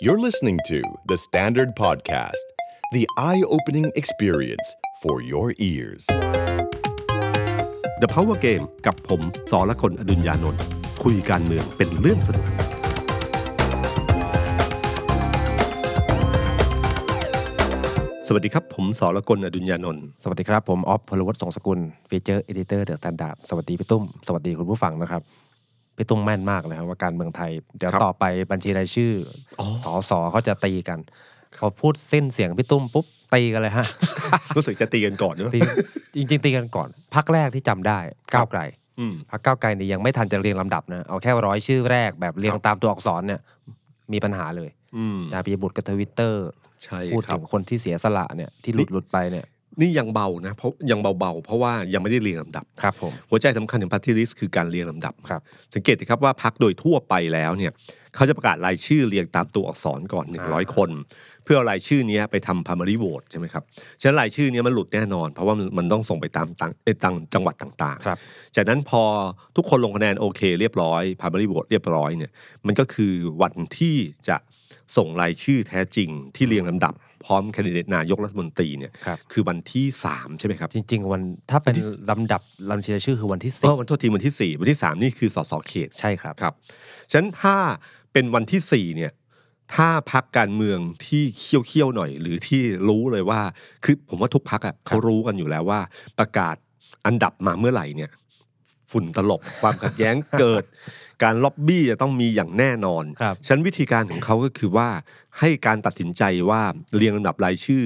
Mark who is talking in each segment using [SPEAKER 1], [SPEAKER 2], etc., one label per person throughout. [SPEAKER 1] You're listening to The Standard Podcast, the eye opening experience for your ears.
[SPEAKER 2] The Power Game กับผมสอละคนอดุญญานนท์คุยการเมืองเป็นเรื่องสนุก สวัสดีครับ ผมสอละคนอดุญญานนท์
[SPEAKER 3] สวัสดีครับ ผมออฟพลวัตสงสกุลฟีเจอร์เอดิเตอร์เดอะสแตนดาร์ดสวัสดีพี่ตุ้ม สวัสดีคุณผู้ฟังนะครับ พี่ตุ้มแม่นมากเลยครับว่าการเมืองไทย เดี๋ยวต่อไปบัญชีรายชื่อสอสอเขาจะตีกันพอพูดสิ้นเสียงพี่ตุ้มปุ๊บตีกันเลยฮะ
[SPEAKER 2] รู้สึกจะตีกันก่อนเนอะ
[SPEAKER 3] ตีจริง ๆ ตีกันก่อนพักแรกที่จำได้
[SPEAKER 2] ครับ
[SPEAKER 3] ก้าวไกล
[SPEAKER 2] อืม
[SPEAKER 3] พักก้าวไกลนี่ยังไม่ทันจะเรียงลำดับนะเอาแค่ร้อยชื่อแรกแบบเรียง
[SPEAKER 2] ครับ
[SPEAKER 3] ตามตัวอักษรเนี่ยมีปัญหาเลย
[SPEAKER 2] อืม
[SPEAKER 3] จาปียบุตรกับทวิตเตอร์
[SPEAKER 2] ใช่
[SPEAKER 3] พูด
[SPEAKER 2] ครั
[SPEAKER 3] ถึ
[SPEAKER 2] บ
[SPEAKER 3] งคนที่เสียสละเนี่ยที่หลุดหลุดๆไปเนี่ย
[SPEAKER 2] นี่ยังเบานะเพราะยังเบาๆ เพราะว่ายังไม่ได้เรียงลำดับ
[SPEAKER 3] ครับผม
[SPEAKER 2] หัวใจสำคัญของ Party List คือการเรียงลำดับ
[SPEAKER 3] ครับ
[SPEAKER 2] สังเกตนะครับว่าพักโดยทั่วไปแล้วเนี่ยเขาจะประกาศรายชื่อเรียงตามตัวอักษรก่อน 100 คน เพื่อเอารายชื่อเนี้ยไปทำพามารีโหวตใช่ไหมครับฉะนั้นรายชื่อเนี้ยมันหลุดแน่นอน เพราะว่ามันมันต้องส่งไปตามต่างเอ่อต่างจังหวัดต่าง
[SPEAKER 3] ครับ
[SPEAKER 2] ๆ จากนั้นพอทุกคนลงคะแนนโอเค เรียบร้อยพามารีโหวตเรียบร้อยเนี่ยมันก็คือวันที่จะส่งรายชื่อแท้จริงที่เรียงลำดับ พร้อมแคนดิเดตนายกรัฐมนตรีเนี่ย
[SPEAKER 3] ครับ
[SPEAKER 2] คือวันที่สามใช่ไหมครับ
[SPEAKER 3] จริง ๆ วันถ้าเป็น
[SPEAKER 2] วันที่
[SPEAKER 3] ลำดับลำชีรายชื่อคือวันที่สิ
[SPEAKER 2] ก็
[SPEAKER 3] บ
[SPEAKER 2] วันโทษทีวันที่สี่วันที่สามนี่คือสสเขต
[SPEAKER 3] ใช่ครับ
[SPEAKER 2] ครับฉะนั้นถ้าเป็นวันที่สี่เนี่ย ถ้าพักการเมืองที่เคี่ยวเคี่ยวๆหน่อย หรือที่รู้เลยว่า คือผมว่าทุกพักอ่ะเขารู้กันอยู่แล้วว่า ประกาศอันดับมาเมื่อไหร่เนี่ย ฝุ่นตลบ ความขัดแย้งเกิด การล็อบบี้จะต้องมีอย่างแน่นอน
[SPEAKER 3] ครับ
[SPEAKER 2] ฉะนันวิธีการของเขาก็คือว่าให้การตัดสินใจว่าเรียงลำดับรายชื่อ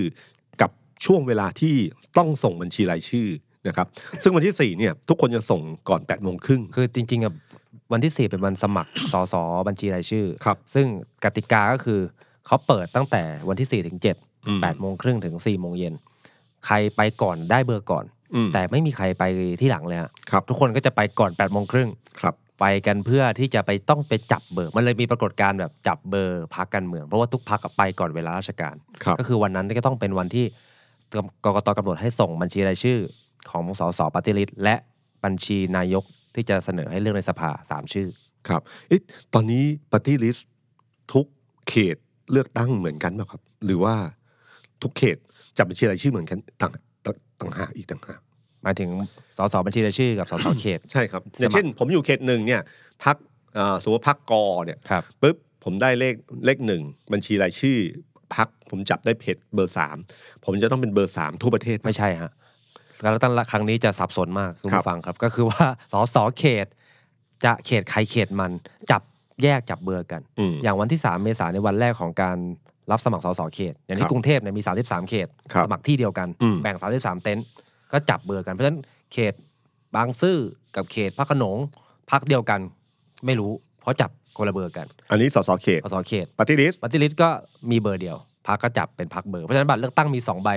[SPEAKER 2] กับช่วงเวลาที่ต้องส่งบัญชีรายชื่อนะครับ ซึ่งวันที่สี่เนี่ย ทุกคนจะส่งก่อนแปดโมงครึ่ง
[SPEAKER 3] คือจริงๆอ่ะวันที่สี่เป็นวันสมัคร สสบัญชีรายชื่อ
[SPEAKER 2] ครับ
[SPEAKER 3] ซึ่งกติกาก็คือเขาเปิดตั้งแต่วันที่สี่ถึงเจ็ด
[SPEAKER 2] อืม
[SPEAKER 3] แปดโมงครึ่งถึงสี่โมงเย็นใครไปก่อนได้เบอร์ก่อน
[SPEAKER 2] อืม
[SPEAKER 3] แต่ไม่มีใครไปที่หลังเลยฮะ
[SPEAKER 2] ครับ
[SPEAKER 3] ทุกคนก็จะไปก่อนแปดโมงครึ่ง
[SPEAKER 2] ครับ
[SPEAKER 3] ไปกันเพื่อที่จะไปต้องไปจับเบอร์ มันเลยมีปรากฏการณ์แบบจับเบอร์พักการเมืองเพราะว่าทุกพักไปก่อนเวลาราชการ
[SPEAKER 2] ครับ
[SPEAKER 3] ก็คือวันนั้นก็ต้องเป็นวันที่กกตกำหนดให้ส่งบัญชีรายชื่อ ของสสปฏิริษและบัญชีนายกที่จะเสนอให้เลือกในสภาสามชื่อ
[SPEAKER 2] ครับเอ๊ะตอนนี้ปฏิริษทุกเขตเลือกตั้งเหมือนกันไหมครับ หรือว่าทุกเขตจับบัญชีรายชื่อเหมือนกันต่างต่างต่างหากอีกต่างหาก
[SPEAKER 3] หมายถึงสสบัญชีรายชื่อ กับสส เขต
[SPEAKER 2] ใช่ครับอย่าง
[SPEAKER 3] สมัคร
[SPEAKER 2] เช่น ผมอยู่เขตหนึ่งเนี่ยพักสมมติพักกอเนี่ย
[SPEAKER 3] ครับ
[SPEAKER 2] ปุ๊บผมได้เลขเลขหนึ่งบัญชีรายชื่อพักผมจับได้เพจเบอร์สามผมจะต้องเป็นเบอร์สามทั่วประเทศไหม
[SPEAKER 3] ไม่ใช่ฮะการเลือกตั้งครั้งนี้จะสับสนมากคุณ
[SPEAKER 2] ครับ
[SPEAKER 3] ผู้ฟังครับ ก็คือว่าสส เขต จะเขตใครเขตมันจับแยกจับเบอร์กัน
[SPEAKER 2] อืม
[SPEAKER 3] อย่างวันที่ 3 เมษายนในวันแรกของการรับสมัครสสเขต อย่าง
[SPEAKER 2] ครั
[SPEAKER 3] ที่
[SPEAKER 2] บ
[SPEAKER 3] กรุงเทพเนี่ยมี 33 เขต
[SPEAKER 2] ครับ
[SPEAKER 3] สมัครที่เดียวกัน
[SPEAKER 2] อืม
[SPEAKER 3] แบ่ง 33 เต็นท์ก็จับเบอร์กัน เพราะฉะนั้นเขตบางซื่อกับเขตพระโขนงพักเดียวกัน ไม่รู้ เพราะจับคนละเบอร์กัน
[SPEAKER 2] อันนี้สสเขต
[SPEAKER 3] สสเขต
[SPEAKER 2] ปฏิริษ
[SPEAKER 3] ปฏิริษก็มีเบอร์เดียวพักก็จับเป็นพักเบอร์เพราะฉะนั้นบัตรเลือกตั้งมี 2 ใบ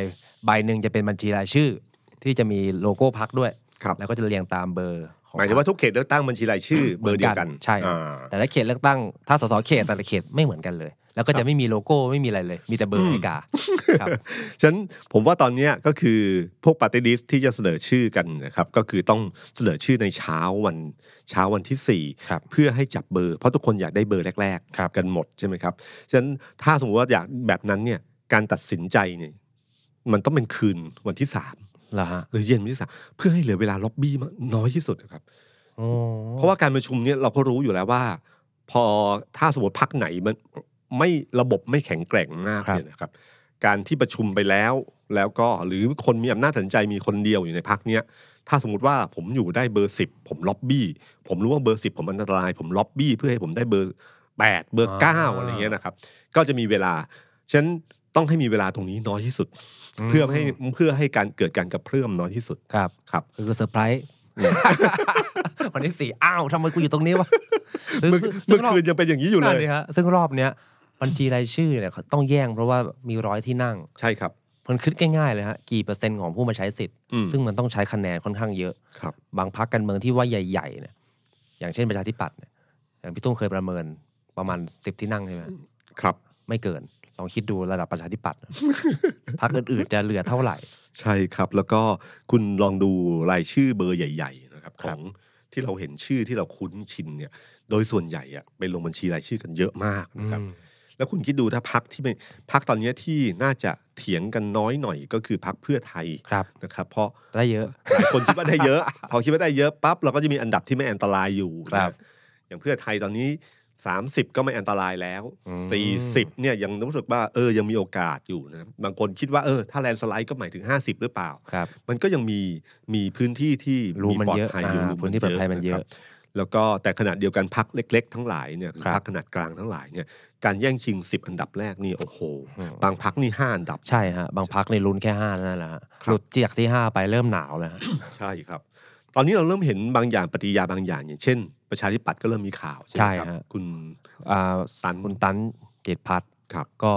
[SPEAKER 3] ใบหนึ่งจะเป็นบัญชีรายชื่อ ที่จะมีโลโก้พักด้วย
[SPEAKER 2] ครับ
[SPEAKER 3] แล้วก็จะเรียงตามเบอร์ของ
[SPEAKER 2] หมายถึงว่าทุกเขตเลือกตั้งบัญชีรายชื่อเบอร์เดียวกัน
[SPEAKER 3] ใช่ครับ
[SPEAKER 2] อ่า
[SPEAKER 3] แต่ละเขตเลือกตั้งถ้าสสเขตแต่ละเขตไม่เหมือนกันเลย แล้วก็จะไม่มีโลโก้ไม่มีอะไรเลย มีแต่เบอ
[SPEAKER 2] อืม
[SPEAKER 3] ร์ไอกาครับ
[SPEAKER 2] ฉะนันผมว่าตอนเนี้ยก็คือพวกปฏิริษที่จะเสนอชื่อกันนะครับ ก็คือต้องเสนอชื่อในเช้าวันเช้าวันที่
[SPEAKER 3] ครับ
[SPEAKER 2] 4 เพื่อให้จับเบอร์ เพราะทุกคนอยากได้เบอร์แรก
[SPEAKER 3] ครับ
[SPEAKER 2] ๆ กันหมดใช่ไหมครับฉะนั้นถ้าสมมติว่าอยากแบบนั้นเนี่ยการตัดสินใจเนี่ยมันต้องเป็นคืนวันที่สาม
[SPEAKER 3] แล้วฮะ
[SPEAKER 2] หรือเย็นวันที่สามเพื่อให้เหลือเวลาล็อบบี้มากน้อยที่สุดนะครับ
[SPEAKER 3] โอ้
[SPEAKER 2] เพราะว่าการประชุมเนี่ยเราก็รู้อยู่แล้วว่า พอถ้าสมมติพักไหนมันไม่ระบบไม่แข็งแกร่งมากเนี่ยนะครับ การที่ประชุมไปแล้ว แล้วก็หรือคนมีอำนาจตัดสินใจมีคนเดียวอยู่ในพักเนี้ยถ้าสมมติว่าผมอยู่ได้เบอร์สิบผมล็อบบี้ ผมรู้ว่าเบอร์สิบผมอันตราย ผมล็อบบี้เพื่อให้ผมได้เบอร์แปดเบอร์เก้าอะไรเงี้ยนะครับ ก็จะมีเวลาฉะนันต้องให้มีเวลาตรงนี้น้อยที่สุด เพื่อให้เพื่อให้การเกิดการกระเพื่อมน้อยที่สุด
[SPEAKER 3] ครับ
[SPEAKER 2] ครับ
[SPEAKER 3] ก็คือเซอร์ไพรส์วันที่สี่อ้าวทำไมกูอยู่ตรงนี้วะ
[SPEAKER 2] เมื่อเมื่อคืนยังเป็นอย่างนี้อยู่เลย
[SPEAKER 3] นั่นดิฮะซึ่งรอบเนี้ยบัญชีรายชื่อเนี่ยเขาต้องแย่งเพราะว่ามีร้อยที่นั่ง
[SPEAKER 2] ใช่ครับ
[SPEAKER 3] มันคิดง่ายๆเลยฮะกี่เปอร์เซ็นต์ของผู้มาใช้สิทธิ์
[SPEAKER 2] อืม
[SPEAKER 3] ซึ่งมันต้องใช้คะแนนค่อนข้างเยอะ
[SPEAKER 2] ครับ
[SPEAKER 3] บางพักการเมืองที่ว่าใหญ่ๆเนี่ยอย่างเช่นประชาธิปัตย์เนี่ยอย่างพี่ตุ้งเคยประเมินประมาณสิบที่นั่งใช่ไหม
[SPEAKER 2] ครับ
[SPEAKER 3] ไม่เกิน ลองคิดดูระดับประชาธิปัตย์นะ พักอื่นๆจะเหลือเท่าไหร่
[SPEAKER 2] ใช่ครับแล้วก็คุณลองดูรายชื่อเบอร์ใหญ่ ๆ นะครับ
[SPEAKER 3] ค
[SPEAKER 2] ข
[SPEAKER 3] รั
[SPEAKER 2] อบ งที่เราเห็นชื่อที่เราคุ้นชินเนี่ย โดยส่วนใหญ่อะไปลงบัญชีรายชื่อกันเยอะมากนะครับ แล้วคุณคิดดูถ้าพักที่ไม่พักตอนเนี้ยที่น่าจะเถียงกันน้อยหน่อยก็คือพักเพื่อไทย
[SPEAKER 3] ครับ
[SPEAKER 2] นะครับ เพราะ
[SPEAKER 3] ได้เยอะ
[SPEAKER 2] หลายคนคิดว่าได้เยอะ พอคิดว่าได้เยอะปั๊บเราก็จะมีอันดับที่ไม่อันตรายอยู่
[SPEAKER 3] ครับ
[SPEAKER 2] นะอย่างเพื่อไทยตอนนี้ 30 ก็ไม่อันตรายแล้ว
[SPEAKER 3] อืม
[SPEAKER 2] 40เนี่ยยังรู้สึกว่าเออยังมีโอกาสอยู่นะครับบางคนคิดว่าเออถ้าแลนด์สไลด์ก็หมายถึง 50 หรือเปล่า
[SPEAKER 3] ครับ
[SPEAKER 2] มันก็ยังมีมีพื้นที่ที่
[SPEAKER 3] รูมัน
[SPEAKER 2] ปลอ
[SPEAKER 3] เย
[SPEAKER 2] ด
[SPEAKER 3] อะ
[SPEAKER 2] ภัยอยู่
[SPEAKER 3] อ่า
[SPEAKER 2] รู
[SPEAKER 3] พื้นที่ปลอดภัยมันเย
[SPEAKER 2] ค
[SPEAKER 3] อะ
[SPEAKER 2] รับแล้วก็แต่ขนาดเดียวกันพักเล็ก ๆ ทั้งหลายเนี่ยคือ
[SPEAKER 3] ครับ
[SPEAKER 2] พักขนาดกลางทั้งหลายเนี่ยการแย่งชิง 10 อันดับแรกนี่โอ้โห บางพักนี่ห้าอันดับ
[SPEAKER 3] ใช่ฮะ บางพักในลุ้นแค่ห้านั่นแหละฮะ
[SPEAKER 2] ครับ
[SPEAKER 3] หลุดเจียกที่ห้าไปเริ่มหนาวแล้วฮะ
[SPEAKER 2] ใช่ครับ ตอนนี้เราเริ่มเห็นบางอย่างปฏิกิริยาบางอย่างอย่างเช่น ประชาธิปัตย์ก็เริ่มมีข่าวใช่ไหมครับ
[SPEAKER 3] ใช่ฮะ
[SPEAKER 2] คุณ
[SPEAKER 3] อ่า
[SPEAKER 2] ตัน
[SPEAKER 3] คุณตันเจตพัฒน์
[SPEAKER 2] ครับ
[SPEAKER 3] ก็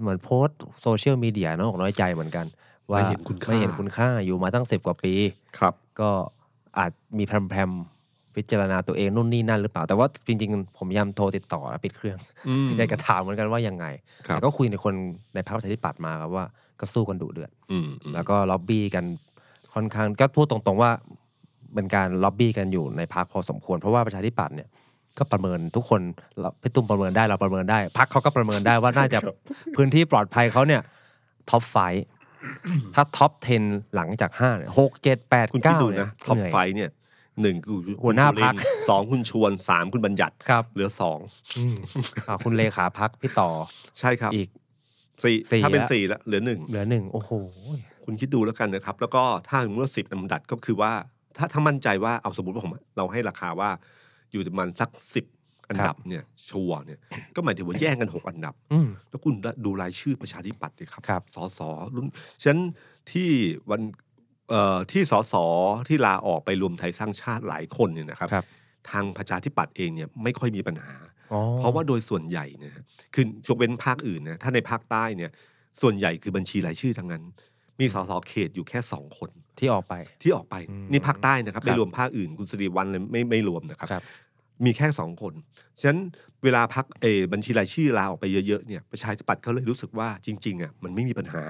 [SPEAKER 3] เหมือนโพสต์โซเชียลมีเดียน้องอกน้อยใจเหมือนกัน ว่า
[SPEAKER 2] ไม่เห็นคุณค่า
[SPEAKER 3] ไม่เห็นคุณค่าอยู่มาตั้งสิบกว่าปี
[SPEAKER 2] ครับ
[SPEAKER 3] ก็อาจมีแพรมๆพิจารณาตัวเองนู่นนี่นั่นหรือเปล่า แต่ว่าจริงๆ ผมพยายามโทรติดต่อแล้วปิดเครื่อง
[SPEAKER 2] อืม
[SPEAKER 3] อยากจะถามเหมือนกันว่ายังไง
[SPEAKER 2] ครับ
[SPEAKER 3] แต่ก็คุยในคนในพรรคประชาธิปัตย์มาครับว่าก็สู้กันดุเดือด
[SPEAKER 2] อืมอืม
[SPEAKER 3] แล้วก็ล็อบบี้กันค่อนข้างก็พูดตรงๆว่าเป็นการล็อบบี้กันอยู่ในพักพอสมควร เพราะว่าประชาธิปัตย์เนี่ยก็ประเมินทุกคนเราพี่ตุ้มประเมินได้เราประเมินได้พักเขาก็ประเมินได้ว่าน่าจะ พื้นที่ปลอดภัยเขาเนี่ยท็อปไฟถ้าท็อป 10 หลังจาก5เนี่ยหกเจ็ดแปด
[SPEAKER 2] คุณคิด
[SPEAKER 3] เก้า
[SPEAKER 2] ดู
[SPEAKER 3] เนี่ย
[SPEAKER 2] นะท็อป
[SPEAKER 3] เหนื่ย
[SPEAKER 2] ไฟเนี่ยหนึ่งคือ
[SPEAKER 3] หัวหน้าพรรค
[SPEAKER 2] คุณจุลินสองคุณชวนสามคุณบัญญัติ
[SPEAKER 3] ครับ
[SPEAKER 2] เหลือสอง
[SPEAKER 3] อืมอ่าคุณเลขาพักพี่ต่อ
[SPEAKER 2] ใช่ครับ
[SPEAKER 3] อีก
[SPEAKER 2] สี่
[SPEAKER 3] สี่
[SPEAKER 2] ถ้าเป็น
[SPEAKER 3] ละ
[SPEAKER 2] สี่ละเหลือหนึ่ง
[SPEAKER 3] เหลือหนึ่งโอ้โห
[SPEAKER 2] คุณคิดดูแล้วกันนะครับ แล้วก็ถ้าเมื่อสิบลำดับก็คือว่า ถ้าถ้ามั่นใจว่าเอาสมมติว่าผมเราให้ราคาว่าอยู่ประมาณสักสิบอันดับเนี่ยชัวร์เนี่ยก็หมายถึงว่าแย่งกันหกอันดับ
[SPEAKER 3] อืม
[SPEAKER 2] แล้วคุณดูรายชื่อประชาธิปัตย์เลยครับ
[SPEAKER 3] ครับ
[SPEAKER 2] สสรุ่นฉะนันที่วันเอ่อที่สสที่ลาออกไปรวมไทยสร้างชาติหลายคนเนี่ยนะครับ
[SPEAKER 3] ครับ
[SPEAKER 2] ทางประชาธิปัตย์เองเนี่ยไม่ค่อยมีปัญหา
[SPEAKER 3] อ๋อ
[SPEAKER 2] เพราะว่าโดยส่วนใหญ่เนะคือยกเว้นภาคอื่นนะถ้าในภาคใต้เนี่ย ส่วนใหญ่คือบัญชีรายชื่อทั้งนั้น มีสสเขตอยู่แค่สองคน
[SPEAKER 3] ที่ออกไป
[SPEAKER 2] ที่ออกไป
[SPEAKER 3] อืม
[SPEAKER 2] นี่ภาคใต้นะครับ
[SPEAKER 3] ครับ
[SPEAKER 2] ไม่รวมภาคอื่น คุณสิริวัลเลยไม่ไม่รวมนะครับ
[SPEAKER 3] ครับ
[SPEAKER 2] มีแค่สองคน ฉะนั้นเวลาพักเออบัญชีรายชื่อลาออกไปเยอะๆเนี่ยประชาธิปัตย์เขาเลยรู้สึกว่าจริงๆอ่ะมันไม่มีปัญหา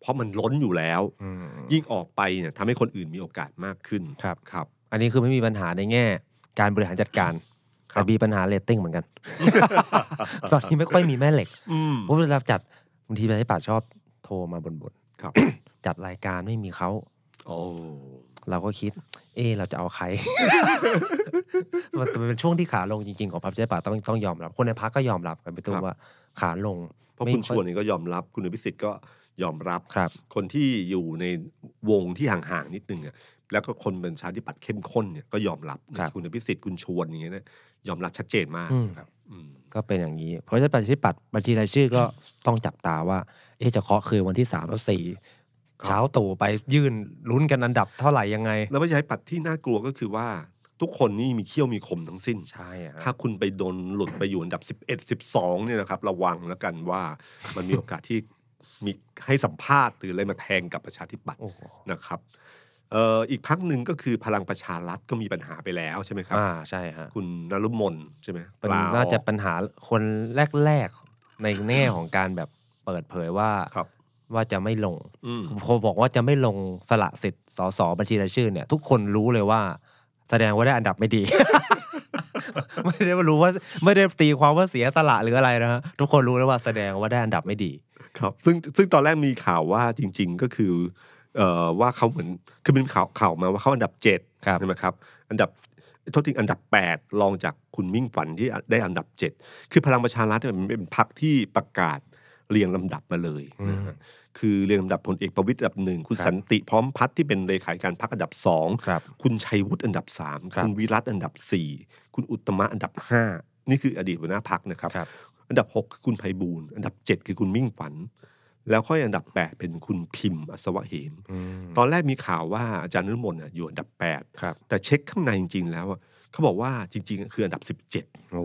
[SPEAKER 2] เพราะมันล้นอยู่แล้ว
[SPEAKER 3] อืม
[SPEAKER 2] ยิ่งออกไปเนี่ยทำให้คนอื่นมีโอกาสมากขึ้น
[SPEAKER 3] ครับ
[SPEAKER 2] ครับ
[SPEAKER 3] อันนี้คือไม่มีปัญหาในแง่ การบริหารจัดการ
[SPEAKER 2] ครับ
[SPEAKER 3] แต่มีปัญหาเรตติ้งเหมือนกัน ตอนนี้ไม่ค่อยมีแม่เหล็ก
[SPEAKER 2] อืม
[SPEAKER 3] เพราะเวลาจัดบางทีประชาธิปัตย์ชอบโทรมาบนบน
[SPEAKER 2] ครับ
[SPEAKER 3] จัดรายการไม่มีเขา
[SPEAKER 2] โอ้
[SPEAKER 3] เราก็คิด เออเราจะเอาใคร มันมันเป็นช่วงที่ขาลงจริงๆของพรรคประชาธิปัตย์ต้องต้องยอมรับ คนในพรรคก็ยอมรับกันไปตัวว่าขาลง
[SPEAKER 2] เพราะ
[SPEAKER 3] ไม่
[SPEAKER 2] คุณชวนนี่ก็ยอมรับคุณอภิสิทธิ์ก็ยอมรับ
[SPEAKER 3] ครับ
[SPEAKER 2] คนที่อยู่ในวงที่ห่างๆนิดนึงอ่ะแล้วก็คนเป็นชาธิปัตย์เข้มข้นเนี่ยก็ยอมรับ
[SPEAKER 3] ครับ
[SPEAKER 2] คุณอภิสิทธิ์คุณชวนอย่างเงี้ยนะยอมรับชัดเจนมาก
[SPEAKER 3] อืม
[SPEAKER 2] ครับอืม
[SPEAKER 3] ก็เป็นอย่างนี้ เพราะฉะนั้นประชาธิปัตย์บัญชีรายชื่อก็ ต้องจับตาว่า เอะจะเคาะคือวันที่สามหรือสี่เช้าตู่ไปยื่นลุ้นกันอันดับเท่าไหร่ยังไง
[SPEAKER 2] แล้วประชาธิปัตย์ที่น่ากลัวก็คือว่าทุกคนนี่มีเขี้ยวมีคมทั้งสิ้น
[SPEAKER 3] ใช่อะ
[SPEAKER 2] ถ้าคุณไปโดนหลุดไปอยู่อันดับ 11 12เนี่ยนะครับ ระวังแล้วกันว่ามันมีโอกาสที่มีให้สัมภาษณ์หรืออะไรมาแทงกับประชาธิปัตย์
[SPEAKER 3] โอ้โห
[SPEAKER 2] นะครับเอ่ออีกพักหนึ่งก็คือพลังประชารัฐก็มีปัญหาไปแล้วใช่ไหมครับ
[SPEAKER 3] อ่าใช่ฮะ
[SPEAKER 2] คุณนรุมนใช่ไหม
[SPEAKER 3] มัน
[SPEAKER 2] ลออก
[SPEAKER 3] น่าจะปัญหาคนแรก ๆ ในแง่ของการแบบเปิดเผยว่า
[SPEAKER 2] ครับ
[SPEAKER 3] ว่าจะไม่ลง
[SPEAKER 2] อืม
[SPEAKER 3] พอบอกว่าจะไม่ลงสละสิทธิ์สสบัญชีรายชื่อเนี่ย ทุกคนรู้เลยว่า แสดงว่าได้อันดับไม่ดี ไม่ได้ว่ารู้ว่าไม่ได้ตีความว่าเสียสละหรืออะไรนะฮะทุกคนรู้แล้วว่าแสดงว่าได้อันดับไม่ดี
[SPEAKER 2] ครับซึ่งซึ่งตอนแรกมีข่าวว่าจริง ๆก็คือเอ่อว่าเขาเหมือนคือเป็นข่าวข่าวมาว่าเขาอันดับเจ็ด
[SPEAKER 3] ครับ
[SPEAKER 2] ใช่ไหมครับ อันดับโทษทีอันดับ 8 รองจากคุณมิ่งฝันที่ได้อันดับ 7 คือพลังประชารัฐเนี่ยมันเป็นพรรคที่ประกาศเรียงลำดับมาเลยนะฮะคือเรียงลำดับพลเอกประวิตยอันดับหนึ่งคุณสันติพร้อมพัฒน์ที่เป็นเลขาธิการพรรคอันดับสอง
[SPEAKER 3] ครับ
[SPEAKER 2] คุณชัยวุฒิอันดับ 3
[SPEAKER 3] ครับ
[SPEAKER 2] คุณวิรัตอันดับ 4 คุณอุตตมะอันดับ 5 นี่คืออดีตหัวหน้าพักนะครับ
[SPEAKER 3] ครับ
[SPEAKER 2] อันดับ 6 คือคุณไพบูลย์อันดับ 7 คือคุณมิ่งขวัญแล้วค่อยอันดับ 8 เป็นคุณพิมพ์อัศวะเหม
[SPEAKER 3] อืม
[SPEAKER 2] ตอนแรกมีข่าวว่าอาจารย์นรุมนน่ะอยู่อันดับ
[SPEAKER 3] ครับ
[SPEAKER 2] 8 แต่เช็คข้างในจริง ๆ แล้วอ่ะเขาบอกว่าจริง ๆ คืออันดับ 17
[SPEAKER 3] โอ้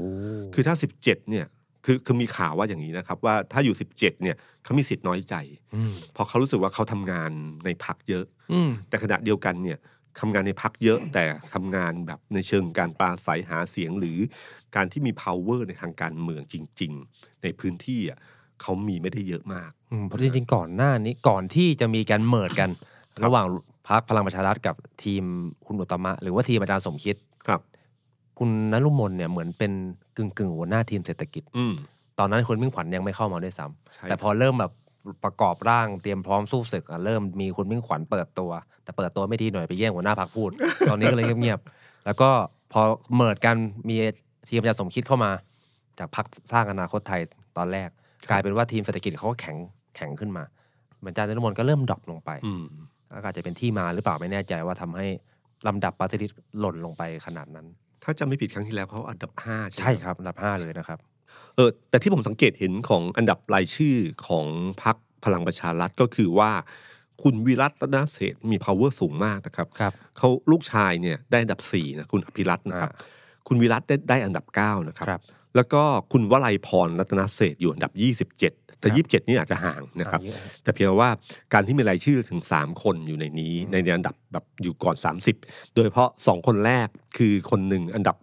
[SPEAKER 2] คือถ้า 17เนี่ยคือคือมีข่าวว่าอย่างนี้นะครับ ว่าถ้าอยู่ 17เนี่ยเขามีสิทธิ์น้อยใจ
[SPEAKER 3] ม
[SPEAKER 2] เพราะเขารู้สึกว่าเขาทำงานในพักเยอะ
[SPEAKER 3] อืม
[SPEAKER 2] แต่ขณะเดียวกันเนี่ยทำงานในพักเยอะแต่ทำงานแบบในเชิงการปราศัยหาเสียงหรือการที่มี power ในทางการเมืองจริง ๆ ในพื้นที่อ่ะเขามีไม่ได้เยอะมาก
[SPEAKER 3] อืมเพราะจริงๆก่อนหน้านี้ก่อนที่จะมีการเมิดกัน ระหว่างพักพลังประชารัฐกับทีมคุณอุตตมะ หรือว่าทีมอาจารย์สมคิด
[SPEAKER 2] ครับ
[SPEAKER 3] คุณนรุมนเนี่ยเหมือนเป็นกึ่งกึ่งๆหัวหน้าทีมเศรษฐกิจ
[SPEAKER 2] อืม
[SPEAKER 3] ตอนนั้นคุณมิ่งขวัญยังไม่เข้ามาด้วยซ้ำ
[SPEAKER 2] ใช่
[SPEAKER 3] แต่พอเริ่มแบบประกอบร่างเตรียมพร้อมสู้ศึกอ่ะเริ่มมีคุณมิ่งขวัญเปิดตัว แต่เปิดตัวไม่ดีหน่อยไปแย่งหัวหน้าพัก พูด ตอนนี้ก็เลยเงียบๆแล้วก็พอเมิดกันมีทีมอาจารย์สมคิดเข้ามา จากพักสร้างอนาคตไทยตอนแรก กลายเป็นว่าทีมเศรษฐกิจเขาก็แข็งแข็งขึ้นมาบรรจารย์นรมนก็เริ่มดรอปลงไป
[SPEAKER 2] อืม
[SPEAKER 3] ก็อาจจะเป็นที่มาหรือเปล่าไม่แน่ใจว่าทำให้ลำดับปฏิริษหล่นลงไปขนาดนั้น
[SPEAKER 2] ถ้าจำไม่ผิดครั้งที่แล้วเขาอันดับห้าใช่ไหม
[SPEAKER 3] ใช่ครับอันดับห้าเลยนะครับ
[SPEAKER 2] เออแต่ที่ผมสังเกตเห็นของอันดับรายชื่อของพักพลังประชารัฐก็คือว่า คุณวิรัตรัตนเศรษฐ์มี power สูงมากนะครับ
[SPEAKER 3] ครับ
[SPEAKER 2] เขาลูกชายเนี่ยได้อันดับ4นะคุณอภิรัตน์นะครับ คุณวิรัตได้ได้อันดับ 9 นะครับ
[SPEAKER 3] ครับ
[SPEAKER 2] แล้วก็คุณวลัยพรรัตนเศรษฐ์อยู่อันดับ 27 แต่
[SPEAKER 3] ครับ
[SPEAKER 2] 27 นี่อาจจะห่างนะครับ
[SPEAKER 3] อั
[SPEAKER 2] แต่เพียงว่าการที่มีรายชื่อถึง 3 คนอยู่ในนี้
[SPEAKER 3] อืม
[SPEAKER 2] ในอันดับแบบอยู่ก่อน 30 โดยเฉพาะ 2 คนแรกคือคนหนึ่งอันดับ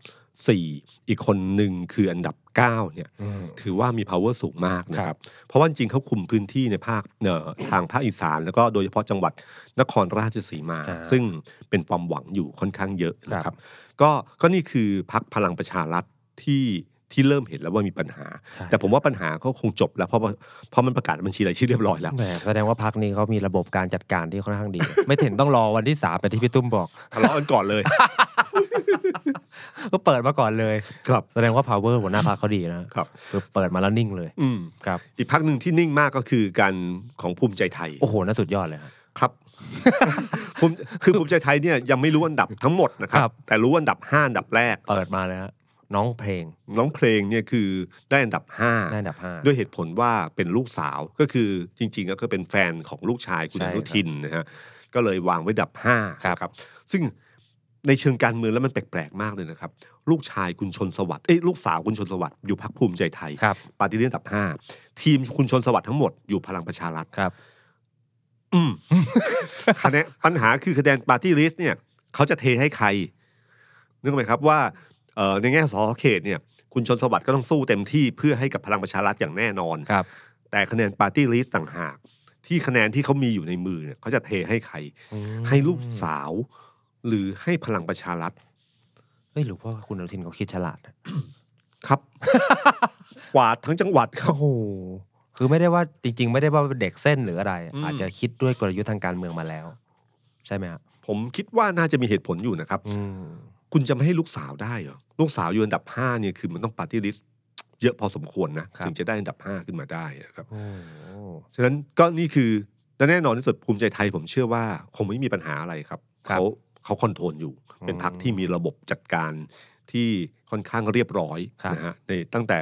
[SPEAKER 2] 4 อีกคนหนึ่งคืออันดับ 9 เนี่ย
[SPEAKER 3] อืม
[SPEAKER 2] ถือว่ามี power สูงมากนะค
[SPEAKER 3] ครั
[SPEAKER 2] รับ
[SPEAKER 3] บ
[SPEAKER 2] เพราะว่าจริงๆเขาคุมพื้นที่ในภาคเอ่อทางภาคอีสาน แล้วก็โดยเฉพาะจังหวัดนครราชสีมา
[SPEAKER 3] อ่า
[SPEAKER 2] ซึ่งเป็นความหวังอยู่ค่อนข้างเยอะนะค
[SPEAKER 3] ครั
[SPEAKER 2] รับบ ก็ก็นี่คือพักพลังประชารัฐที่ที่เริ่มเห็นแล้วว่ามีปัญหา
[SPEAKER 3] ใช่
[SPEAKER 2] แต่ผมว่าปัญหาก็คงจบแล้วเพราะว่าเพราะมันประกาศบัญชีรายชื่อเรียบร้ อยแล้ว
[SPEAKER 3] แหมแสดงว่าพักนี้เขามีระบบการจัดการที่ค่อนข้างดี ไม่ถึงต้องรอวันที่สามไปนที่พี่ตุ้มบอก
[SPEAKER 2] ทะเลาะกันก่อนเลย
[SPEAKER 3] ก็เปิดมาก่อนเลย
[SPEAKER 2] ครับ
[SPEAKER 3] แสดงว่า power หัวหน้าพักเขาดีนะครับ คือเปิดมาแล้วนิ่งเลย
[SPEAKER 2] อืม
[SPEAKER 3] ครับ
[SPEAKER 2] อีกพักหนึ่งที่นิ่งมากก็คือการของภูมิใจไทย
[SPEAKER 3] โอ้โหน่าสุดยอดเลยครับ
[SPEAKER 2] ครับ ภูมิคือภูมิใจไทยเนี่ยยังไม่รู้อันดับทั้งหมดนะครั
[SPEAKER 3] ครับ บ
[SPEAKER 2] แต่รู้อันดับห้าอันดับแรก
[SPEAKER 3] เปิดมาแล้วน้องเพลง
[SPEAKER 2] น้องเพลงเนี่ยคือได้อันดับห้า
[SPEAKER 3] ได้อันดับห้า
[SPEAKER 2] ด้วยเหตุผลว่าเป็นลูกสาวก็คือจริงๆ ก็คือเป็นแฟนของลูกชายคุณ
[SPEAKER 3] ใช่
[SPEAKER 2] อ
[SPEAKER 3] ครับ
[SPEAKER 2] นุทินนะฮะก็เลยวางไว้อันดับห้า
[SPEAKER 3] ครับ
[SPEAKER 2] นะครับ ซึ่งในเชิงการเมืองแล้วมันแปลกๆมากเลยนะครับ ลูกชายคุณชนสวัสดิ์เอ้ยลูกสาวคุณชนสวัสดิ์อยู่พักภูมิใจไทย
[SPEAKER 3] ครับ
[SPEAKER 2] ปาร์ตี้ลิสต์อันดับห้าทีมคุณชนสวัสดิ์ทั้งหมดอยู่พลังประชารัฐ
[SPEAKER 3] ครับ
[SPEAKER 2] อืม คะแนน ปัญหาคือคะแนนปาร์ตี้ลิสต์เนี่ยเขาจะเทให้ใครนึกออกไหมครับว่าเอ่อในแง่สอเขตเนี่ย คุณชนสวัสดิ์ก็ต้องสู้เต็มที่เพื่อให้กับพลังประชารัฐอย่างแน่นอน
[SPEAKER 3] ครับ
[SPEAKER 2] แต่คะแนนปาร์ตี้ลิสต์ต่างหาก ที่คะแนนที่เขามีอยู่ในมือเนี่ยเขาจะเทให้ใคร
[SPEAKER 3] อืม
[SPEAKER 2] ให้ลูกสาว หรือให้พลังประชารัฐ
[SPEAKER 3] เอ้ยหรือว่าคุณอนุทินเขาคิดฉลาดนะครับ
[SPEAKER 2] กวาดทั้งจังหวัดครับ
[SPEAKER 3] โอ้โหคือไม่ได้ว่าจริง ๆ ไม่ได้ว่าเป็นเด็กเส้นหรืออะไร
[SPEAKER 2] อืม
[SPEAKER 3] อาจจะคิดด้วยกลยุทธ์ทางการเมืองมาแล้ว ใช่ไหมครับ
[SPEAKER 2] ผมคิดว่าน่าจะมีเหตุผลอยู่นะครับ
[SPEAKER 3] อืม
[SPEAKER 2] คุณจะไม่ให้ลูกสาวได้เหรอ ลูกสาวอยู่อันดับห้าเนี่ยคือมันต้องปาร์ตี้ลิสต์เยอะพอสมควรนะถึงจะได้อันดับห้าขึ้นมาได้นะครับ
[SPEAKER 3] โอ้โห
[SPEAKER 2] ฉะนั้นก็นี่คือและแน่นอนที่สุดภูมิใจไทยผมเชื่อว่าคงไม่มีปัญหาอะไรครับ เขาเขาคอนโทรลอยู่ เป็นพรรคที่มีระบบจัดการที่ค่อนข้างเรียบร้อยนะฮะในตั้งแต่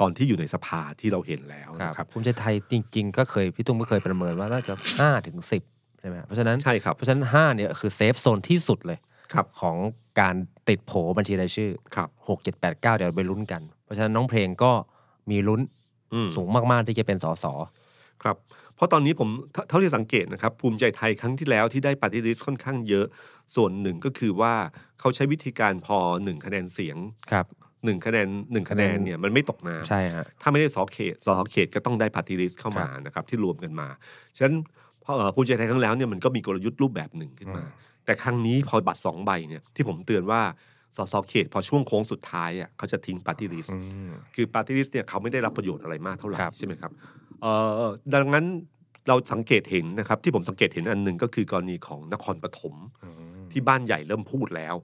[SPEAKER 2] ตอนที่อยู่ในสภาที่เราเห็นแล้ว
[SPEAKER 3] ครับ
[SPEAKER 2] นะครับ
[SPEAKER 3] ภูมิใจไทยจริง ๆ ก็เคยพี่ตุ้มก็เคยประเมินว่าน่าจะห้าถึงสิบใช่ไหมครับเพราะฉะนั้น
[SPEAKER 2] ใช่ครับ
[SPEAKER 3] เพราะฉะนั้น 5 เนี่ยคือเซฟโซนที่สุดเลย
[SPEAKER 2] ครับ
[SPEAKER 3] ของการติดโผบัญชีรายชื่อ
[SPEAKER 2] ครับ
[SPEAKER 3] 6 7 8 9 เดี๋ยวไปลุ้นกัน เพราะฉะนั้นน้องเพลงก็มีลุ้น
[SPEAKER 2] อืม
[SPEAKER 3] สูงมากๆที่จะเป็นสส
[SPEAKER 2] ครับ เพราะตอนนี้ผมเท่าเท่าที่สังเกตนะครับ ภูมิใจไทยครั้งที่แล้วที่ได้ปฏิริษค่อนข้างเยอะ ส่วนหนึ่งก็คือว่าเขาใช้วิธีการพอหนึ่งคะแนนเสียง
[SPEAKER 3] ครับ
[SPEAKER 2] หนึ่งคะแนนหนึ่งคะแนนเนี่ยมันไม่ตกน้ำ
[SPEAKER 3] ใช่ฮะ
[SPEAKER 2] ถ้าไม่ได้สอเขตสอเขตก็ต้องได้ปาร์ตี้ลิสเข้ามานะครับที่รวมกันมา ฉะนั้นพอเอ่อภูมิใจไทยครั้งแล้วเนี่ยมันก็มีกลยุทธ์รูปแบบหนึ่งขึ้นมา
[SPEAKER 3] อืม
[SPEAKER 2] แต่ครั้งนี้พอบัตรสองใบเนี่ยที่ผมเตือนว่าสสเขต พอช่วงโค้งสุดท้ายอ่ะเขาจะทิ้งปาร์ตี้ลิส
[SPEAKER 3] อืม
[SPEAKER 2] คือปาร์ตี้ลิสเนี่ยเขาไม่ได้รับประโยชน์อะไรมากเท่าไหร่
[SPEAKER 3] ครับ
[SPEAKER 2] ใช่ไหมครับเอ่อดังนั้นเราสังเกตเห็นนะครับ ที่ผมสังเกตเห็นอันหนึ่งก็คือกรณีของนครปฐม ที่บ้านใหญ่เริ่มพูดแล้ว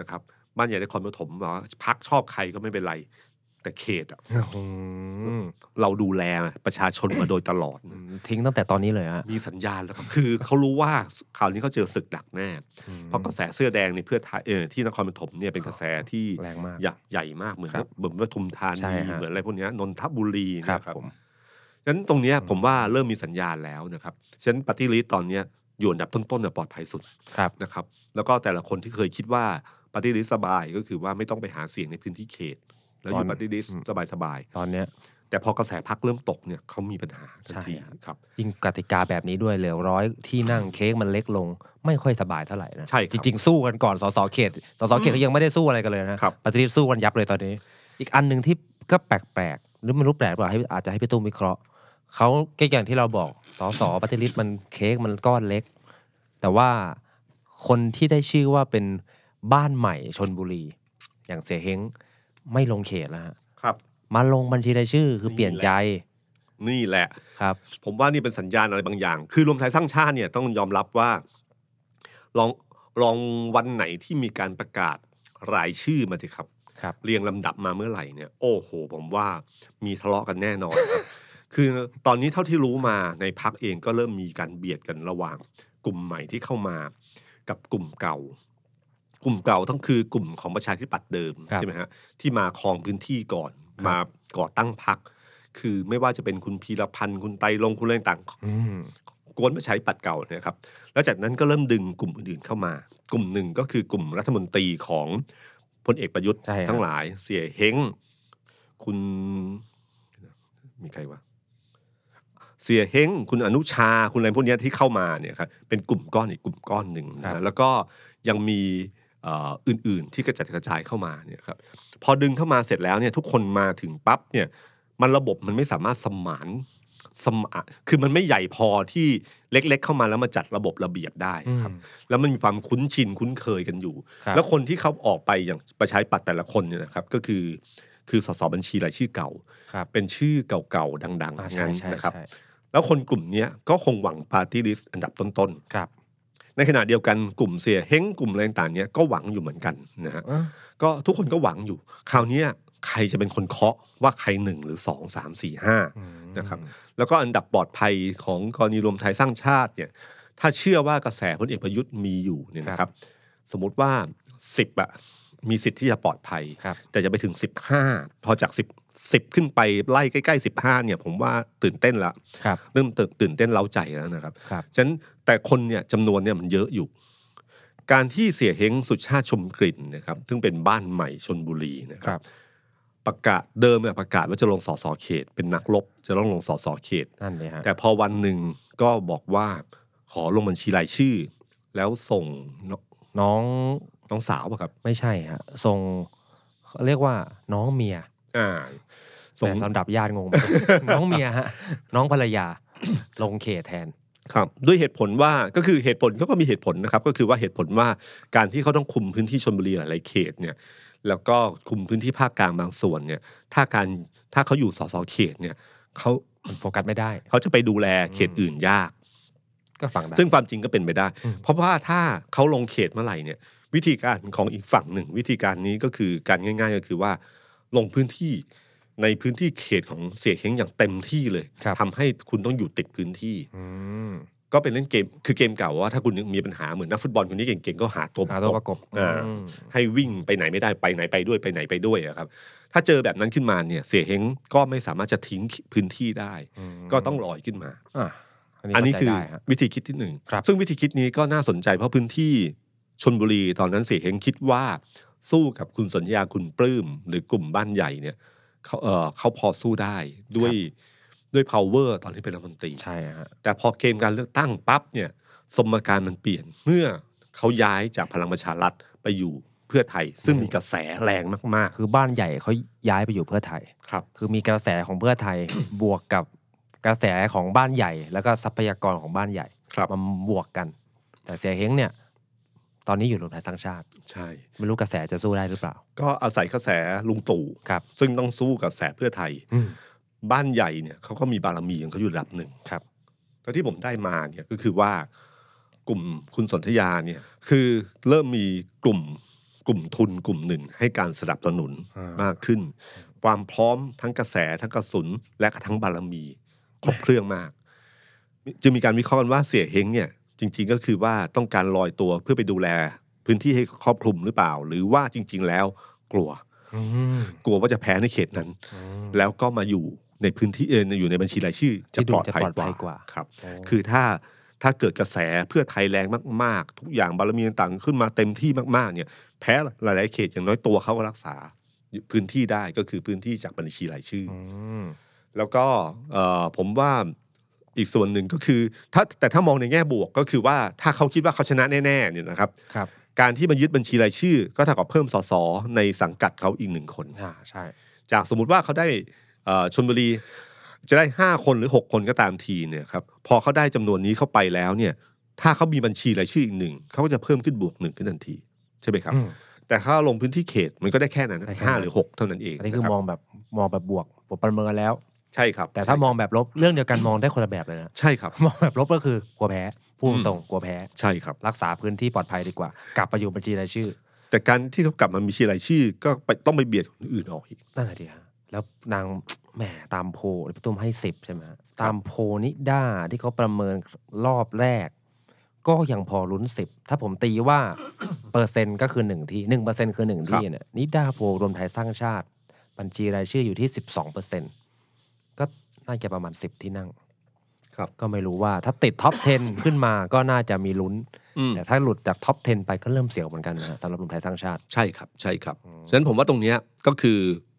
[SPEAKER 2] นะครับ บ้านใหญ่นครปฐมบอกว่าพักชอบใครก็ไม่เป็นไร แต่เขตอ่ะ
[SPEAKER 3] อืม
[SPEAKER 2] เราดูแลประชาชนมาโดยตลอด
[SPEAKER 3] อืมทิ้งตั้งแต่ตอนนี้เลยฮะ
[SPEAKER 2] มีสัญญาณแล้วครับ คือเขารู้ว่าคราวนี้เขาเจอศึกหนักแน่ เพราะกระแสเสื้อแดงในเพื่อไทยเออที่นครปฐมเนี่ยเป็นกระแสที่
[SPEAKER 3] แรงมาก
[SPEAKER 2] ใหญ่ใหญ่มากเหมือน
[SPEAKER 3] ครับ
[SPEAKER 2] เหมือนปทุมธา
[SPEAKER 3] ใช่
[SPEAKER 2] นี
[SPEAKER 3] ฮะ
[SPEAKER 2] เหมือนอะไรพวกเนี้ยนนทบุรีเน
[SPEAKER 3] ครับ
[SPEAKER 2] ยครับ
[SPEAKER 3] ผม
[SPEAKER 2] ฉะนั้นตรงเนี้ยผมว่าเริ่มมีสัญญาณแล้วนะครับฉะนั้นปฏิริษตอนเนี้ยอยู่อันดับต้นๆน่ะปลอดภัยสุด
[SPEAKER 3] ครับ
[SPEAKER 2] นะครับ แล้วก็แต่ละคนที่เคยคิดว่าปฏิริษสบายก็คือว่าไม่ต้องไปหาเสียงในพื้นที่เขต แล้วอยู่
[SPEAKER 3] ตอน
[SPEAKER 2] ปฏิริษ
[SPEAKER 3] อืม
[SPEAKER 2] สบายๆ
[SPEAKER 3] ตอนเนี้ย
[SPEAKER 2] แต่พอกระแสพักเริ่มตกเนี่ยเขามีปัญหาทันที
[SPEAKER 3] ใช่ครับ
[SPEAKER 2] ครับ
[SPEAKER 3] ยิ่งกติกาแบบนี้ด้วยเหลือร้อยที่นั่งเค้กมันเล็กลง ไม่ค่อยสบายเท่าไหร่นะ
[SPEAKER 2] ใช่ครับ
[SPEAKER 3] จริง ๆ สู้กันก่อนสสเขตสสเข
[SPEAKER 2] อืม
[SPEAKER 3] ตเขายังไม่ได้สู้อะไรกันเลยนะครับ ปฏิทินสู้กันยับเลยตอนนี้ อีกอันหนึ่งที่ก็แปลกๆหรือไม่รู้แปลกหรือเปล่าให้อาจจะให้พี่ตุ้มวิเคราะห์เขาก็อย่างที่เราบอกสสปฏิทินมันเค้กมันก้อนเล็ก แต่ว่าคนที่ได้ชื่อว่าเป็นบ้านใหม่ชนบุรี อย่างเสียเฮงไม่ลงเขตแล้วฮะ
[SPEAKER 2] ครับ
[SPEAKER 3] มาลงบัญชีรายชื่อคือเปลี่ยนใจ
[SPEAKER 2] นี่แหละ
[SPEAKER 3] ครับ
[SPEAKER 2] ผมว่านี่เป็นสัญญาณอะไรบางอย่าง คือรวมไทยสร้างชาติเนี่ยต้องยอมรับว่า ลองลองวันไหนที่มีการประกาศรายชื่อมาสิครับ
[SPEAKER 3] ครับ
[SPEAKER 2] เรียงลำดับมาเมื่อไหร่เนี่ย โอ้โห ผมว่ามีทะเลาะกันแน่นอนครับ คือตอนนี้เท่าที่รู้มาในพักเองก็เริ่มมีการเบียดกันระหว่าง กลุ่มใหม่ที่เข้ามา กับกลุ่มเก่า กลุ่มเก่าต้องคือกลุ่มของประชาธิปัตย์เดิม
[SPEAKER 3] ครับ
[SPEAKER 2] ใช่ไหมฮะที่มาครองพื้นที่ก่อน มาก่อตั้งพัก คือไม่ว่าจะเป็นคุณพีรพันธ์คุณไตรลงค์คุณอะไรต่างๆ
[SPEAKER 3] อืม
[SPEAKER 2] กวนมาใช้ปัดเก่าเนี่ยครับ แล้วจากนั้นก็เริ่มดึงกลุ่มอื่นๆเข้ามา กลุ่มหนึ่งก็คือกลุ่มรัฐมนตรีของพลเอกประยุทธ์
[SPEAKER 3] ใช่ครับ
[SPEAKER 2] ทั้งหลาย เสียเฮงคุณ มีใครวะ เสียเฮงคุณอนุชา คุณอะไรพวกเนี้ยที่เข้ามาเนี่ยครับ เป็นกลุ่มก้อนอีกกลุ่มก้อนหนึ่งนะ
[SPEAKER 3] ครั
[SPEAKER 2] ฮะ
[SPEAKER 3] บ
[SPEAKER 2] แล้วก็ยังมีเอ่ออื่นๆ ที่กระจัดกระจายเข้ามาเนี่ยครับ พอดึงเข้ามาเสร็จแล้วเนี่ยทุกคนมาถึงปั๊บเนี่ย มันระบบมันไม่สามารถสมานสมานคือมันไม่ใหญ่พอที่เล็ก ๆ เข้ามาแล้วมาจัดระบบระเบียบได้
[SPEAKER 3] อืม
[SPEAKER 2] ครับ แล้วมันมีความคุ้นชินคุ้นเคยกันอยู่
[SPEAKER 3] ครับ
[SPEAKER 2] แล้วคนที่เขาออกไปอย่างประชาธิปัตย์แต่ละคนเนี่ยนะครับ ก็คือคือสสบัญชีรายชื่อเก่า
[SPEAKER 3] ครับ
[SPEAKER 2] เป็นชื่อเก่าๆดัง
[SPEAKER 3] อ่า
[SPEAKER 2] ๆ
[SPEAKER 3] ใช่
[SPEAKER 2] งั้น
[SPEAKER 3] ใช่
[SPEAKER 2] นะครับ
[SPEAKER 3] ใช่
[SPEAKER 2] แล้วคนกลุ่มเนี้ยก็คงหวังปาร์ตี้ลิสต์อันดับต้น
[SPEAKER 3] ครับ
[SPEAKER 2] ๆ ในขณะเดียวกันกลุ่มเสียเฮงกลุ่มอะไรต่างๆเนี้ยก็หวังอยู่เหมือนกันนะฮะ
[SPEAKER 3] อ่ะ
[SPEAKER 2] ก็ทุกคนก็หวังอยู่ คราวเนี้ยใครจะเป็นคนเคาะว่าใครหนึ่งหรือสองสามสี่ห้า
[SPEAKER 3] อืม
[SPEAKER 2] นะครับ แล้วก็อันดับปลอดภัยของกรณีรวมไทยสร้างชาติเนี่ยถ้าเชื่อว่ากระแสพลเอกประยุทธ์มีอยู่เนี่ยนะค
[SPEAKER 3] ครั
[SPEAKER 2] รับ
[SPEAKER 3] บ
[SPEAKER 2] สมมติว่าสิบอะมีสิทธิ์ที่จะปลอดภัย
[SPEAKER 3] ครับ
[SPEAKER 2] แต่จะไปถึง 15 พอจาก10 10 ขึ้นไปไล่ใกล้ๆ 15เนี่ยผมว่าตื่นเต้นละ
[SPEAKER 3] ครับ
[SPEAKER 2] เริ่มตื่นตื่นเต้นเร้าใจแล้วนะครับ
[SPEAKER 3] ครับ
[SPEAKER 2] ฉะนั้นแต่คนเนี่ยจำนวนเนี่ยมันเยอะอยู่ การที่เสียเฮงสุชาติชมกลิ่นนะครับซึ่งเป็นบ้านใหม่ชนบุรีนะค
[SPEAKER 3] ครั
[SPEAKER 2] รับ
[SPEAKER 3] บ
[SPEAKER 2] ประกาศเดิมเนี่ยประกาศว่าจะลงสสเขต เป็นนักรบจะต้องลงสสเขต
[SPEAKER 3] นั่นเลยฮะ
[SPEAKER 2] แต่พอวันหนึ่งก็บอกว่าขอลงบัญชีรายชื่อ แล้วส่งน
[SPEAKER 3] น้อง
[SPEAKER 2] น้องสาวอะครับ
[SPEAKER 3] ไม่ใช่ฮะทรงเรียกว่าน้องเมีย
[SPEAKER 2] อ่า ส่ง
[SPEAKER 3] แต่ลำดับญาติงง ไป น้องเมียฮะน้องภรรยา ลงเขตแทน
[SPEAKER 2] ครับด้วยเหตุผลว่าก็คือเหตุผลเขาก็มีเหตุผลนะครับ ก็คือว่าเหตุผลว่าการที่เขาต้องคุมพื้นที่ชนบุรีหลายๆเขตเนี่ยแล้วก็คุมพื้นที่ภาคกลางบางส่วนเนี่ยถ้าการถ้าเขาอยู่สสเขตเนี่ยเขา
[SPEAKER 3] มันโฟกัสไม่ได้
[SPEAKER 2] เขาจะไปดูแลเขตอื่นยาก
[SPEAKER 3] ก็ฟังได้
[SPEAKER 2] ซึ่งความจริงก็เป็นไปได้
[SPEAKER 3] อืม
[SPEAKER 2] เพราะว่าถ้าเขาลงเขตเมื่อไหร่เนี่ยวิธีการของอีกฝั่งหนึ่ง วิธีการนี้ก็คือการง่าย ๆ ก็คือว่าลงพื้นที่ในพื้นที่เขตของเสียเฮงอย่างเต็มที่เลย
[SPEAKER 3] ครับ
[SPEAKER 2] ทำให้คุณต้องอยู่ติดพื้นที่
[SPEAKER 3] อืม
[SPEAKER 2] ก็เป็นเล่นเกม คือเกมเก่าว่าถ้าคุณมีปัญหาเหมือนนักฟุตบอลคนนี้เก่งๆ ก็หาตัว
[SPEAKER 3] หาตัว
[SPEAKER 2] ป
[SPEAKER 3] ประ ระ
[SPEAKER 2] กบ
[SPEAKER 3] กบ
[SPEAKER 2] อ่า
[SPEAKER 3] อืม
[SPEAKER 2] ให้วิ่งไปไหนไม่ได้ไปไหนไปด้วยไปไหนไปด้วยอะครับ ถ้าเจอแบบนั้นขึ้นมาเนี่ยเสียเฮงก็ไม่สามารถจะทิ้งพื้นที่ได้ ก็ต้องลอยขึ้นมา
[SPEAKER 3] อ่ะ
[SPEAKER 2] อันนี้
[SPEAKER 3] เข้า
[SPEAKER 2] คื
[SPEAKER 3] ใจ
[SPEAKER 2] อ
[SPEAKER 3] ได้ฮะ
[SPEAKER 2] วิธีคิดที่หนึ่ง
[SPEAKER 3] ครับ
[SPEAKER 2] ซึ่งวิธีคิดนี้ก็น่าสนใจเพราะพื้นที่ชนบุรีตอนนั้นเสียเฮงคิดว่า สู้กับคุณสัญญาคุณปลื้มหรือกลุ่มบ้านใหญ่เนี่ยเขาเออเขาพอสู้ได้ด้วยด้วย power ตอนที่เป็นรัฐมนตรี
[SPEAKER 3] ใช่ฮะ
[SPEAKER 2] แต่พอเกมการเลือกตั้งปั๊บเนี่ยสมการมันเปลี่ยนเมื่อเขาย้ายจากพลังประชารัฐไปอยู่เพื่อไทย ซึ่งมีกระแสแรงมาก
[SPEAKER 3] คือบ้านใหญ่เขาย้ายไปอยู่เพื่อไทย
[SPEAKER 2] ๆ ครับ
[SPEAKER 3] คือมีกระแสของเพื่อ ไทย บวกกับกระแสของบ้านใหญ่ แล้วก็ทรัพยากรของบ้านใหญ่
[SPEAKER 2] ครับ
[SPEAKER 3] มันบวกกัน แต่เสียเฮงเนี่ย ตอนนี้อยู่รวมไทยสร้างชาติ
[SPEAKER 2] ใช่
[SPEAKER 3] ไม่รู้กระแสจะสู้ได้หรือเปล่า
[SPEAKER 2] ก็อาศัยกระแสลุงตู่
[SPEAKER 3] ครับ
[SPEAKER 2] ซึ่งต้องสู้กับกระแสเพื่อไทย
[SPEAKER 3] อืม
[SPEAKER 2] บ้านใหญ่เนี่ยเขาก็มีบารมีของเขาอยู่ระดับหนึ่ง
[SPEAKER 3] ครับ
[SPEAKER 2] แล้วที่ผมได้มาเนี่ยก็คือว่ากลุ่มคุณสนธยาเนี่ยคือเริ่มมีกลุ่มกลุ่มทุนกลุ่มหนึ่งให้การสนับสนุน
[SPEAKER 3] อ่าม
[SPEAKER 2] มากขึ้น ความพร้อมทั้งกระแสทั้งกระสุน และกระทั้งบารมีครบเครื่องมาก จึงมีการวิเคราะห์กันว่าเสียเฮงเนี่ยจริง ๆก็คือว่าต้องการลอยตัวเพื่อไปดูแล พื้นที่ให้ครอบคลุมหรือเปล่า หรือว่าจริง ๆ แล้วกลัว
[SPEAKER 3] อืม
[SPEAKER 2] กลัวว่าจะแพ้ในเขตนั้น
[SPEAKER 3] อืม
[SPEAKER 2] แล้วก็มาอยู่ในพื้นที่เอออยู่ในบัญชีรายชื่อ จะ
[SPEAKER 3] ที่ดู
[SPEAKER 2] ปลอดภัย
[SPEAKER 3] จะปลอดภัย
[SPEAKER 2] ก
[SPEAKER 3] ก
[SPEAKER 2] ว่า
[SPEAKER 3] ว่า
[SPEAKER 2] ครับ
[SPEAKER 3] โอ้
[SPEAKER 2] คือถ้าถ้าเกิดกระแสเพื่อไทยแรงมาก ๆ ทุกอย่างบารมีต่างๆ ขึ้นมาเต็มที่มากๆ เนี่ย แพ้หลาย ๆ เขตอย่างน้อยตัวเขาก็รักษาพื้นที่ได้ก็คือพื้นที่จากบัญชีรายชื่ออ
[SPEAKER 3] ม
[SPEAKER 2] แล้วก็เอ่อผมว่าอีกส่วนหนึ่งก็คือถ้าแต่ถ้ามองในแง่บวกก็คือว่าถ้าเขาคิดว่าเขาชนะแน่ๆเนี่ยนะครับ
[SPEAKER 3] ครับ
[SPEAKER 2] การที่มายึดบัญชีรายชื่อ ก็เท่ากับเพิ่มสสในสังกัดเขาอีกหนึ่งคน
[SPEAKER 3] อ่าใช่
[SPEAKER 2] จากสมมติว่าเขาได้เอ่อชนบุรีจะได้ 5 คนหรือ 6 คนก็ตามทีเนี่ยครับพอเขาได้จำนวนนี้เข้าไปแล้วเนี่ยถ้าเขามีบัญชีรายชื่ออีกหนึ่งเขาก็จะเพิ่มขึ้นบวกหนึ่งขึ้นทันที ใช่ไหมครับ
[SPEAKER 3] อืม
[SPEAKER 2] แต่ถ้าลงพื้นที่เขตมันก็ได้แค่นั้นนะ
[SPEAKER 3] ได้แค่นั้น
[SPEAKER 2] ห้าหรือหกเท่านั้นเอง
[SPEAKER 3] อันนี้คือ
[SPEAKER 2] นะรับ
[SPEAKER 3] มองแบบมองแบบบวกผมประเมินแล้ว
[SPEAKER 2] ใช่ครับ
[SPEAKER 3] แต่ถ้ามองแบบลบเรื่องเดียวกันมองได้คนละแบบเลยนะ
[SPEAKER 2] ใช่ครับ
[SPEAKER 3] มองแบบลบก็คือกลัวแพ้พูด
[SPEAKER 2] อืม
[SPEAKER 3] ตรงๆกลัวแพ้
[SPEAKER 2] ใช่ครับ
[SPEAKER 3] รักษาพื้นที่ปลอดภัยดีกว่า กลับไปอยู่บัญชีรายชื่อ
[SPEAKER 2] แต่การที่เขากลับมามีชื่อรายชื่อ ก็ไปต้องไปเบียดคนอื่นออกอีก
[SPEAKER 3] นั่นแหละดีฮะแล้วนาง แหมตามโพลพี่ตุ้มให้สิบใช่ไหมฮะตามโพลนิด้าที่เขาประเมินรอบแรก ก็ยังพอลุ้นสิบถ้าผมตีว่า เปอร์เซ็นต์ก็คือหนึ่งที่หนึ่งเปอร์เซ็นต์คือหนึ่งที่เนี่ยนิด้าโพลรวมไทยสร้างชาติ บัญชีรายชื่ออยู่ที่สิบสองเปอร์เซ็นต์ก็น่าจะประมาณสิบที่นั่ง
[SPEAKER 2] ครับ
[SPEAKER 3] ก็ไม่รู้ว่าถ้าติดท็อป 10 ขึ้นมาก็น่าจะมีลุ้น แต่ถ้าหลุดจากท็อป 10 ไปก็เริ่มเสียวเหมือนกันนะฮะสำหรับรวมไทยสร้างชาติ
[SPEAKER 2] ใช่ครับใช่ครับ
[SPEAKER 3] อืม
[SPEAKER 2] ฉะนั้นผมว่าตรงเนี้ยก็คือ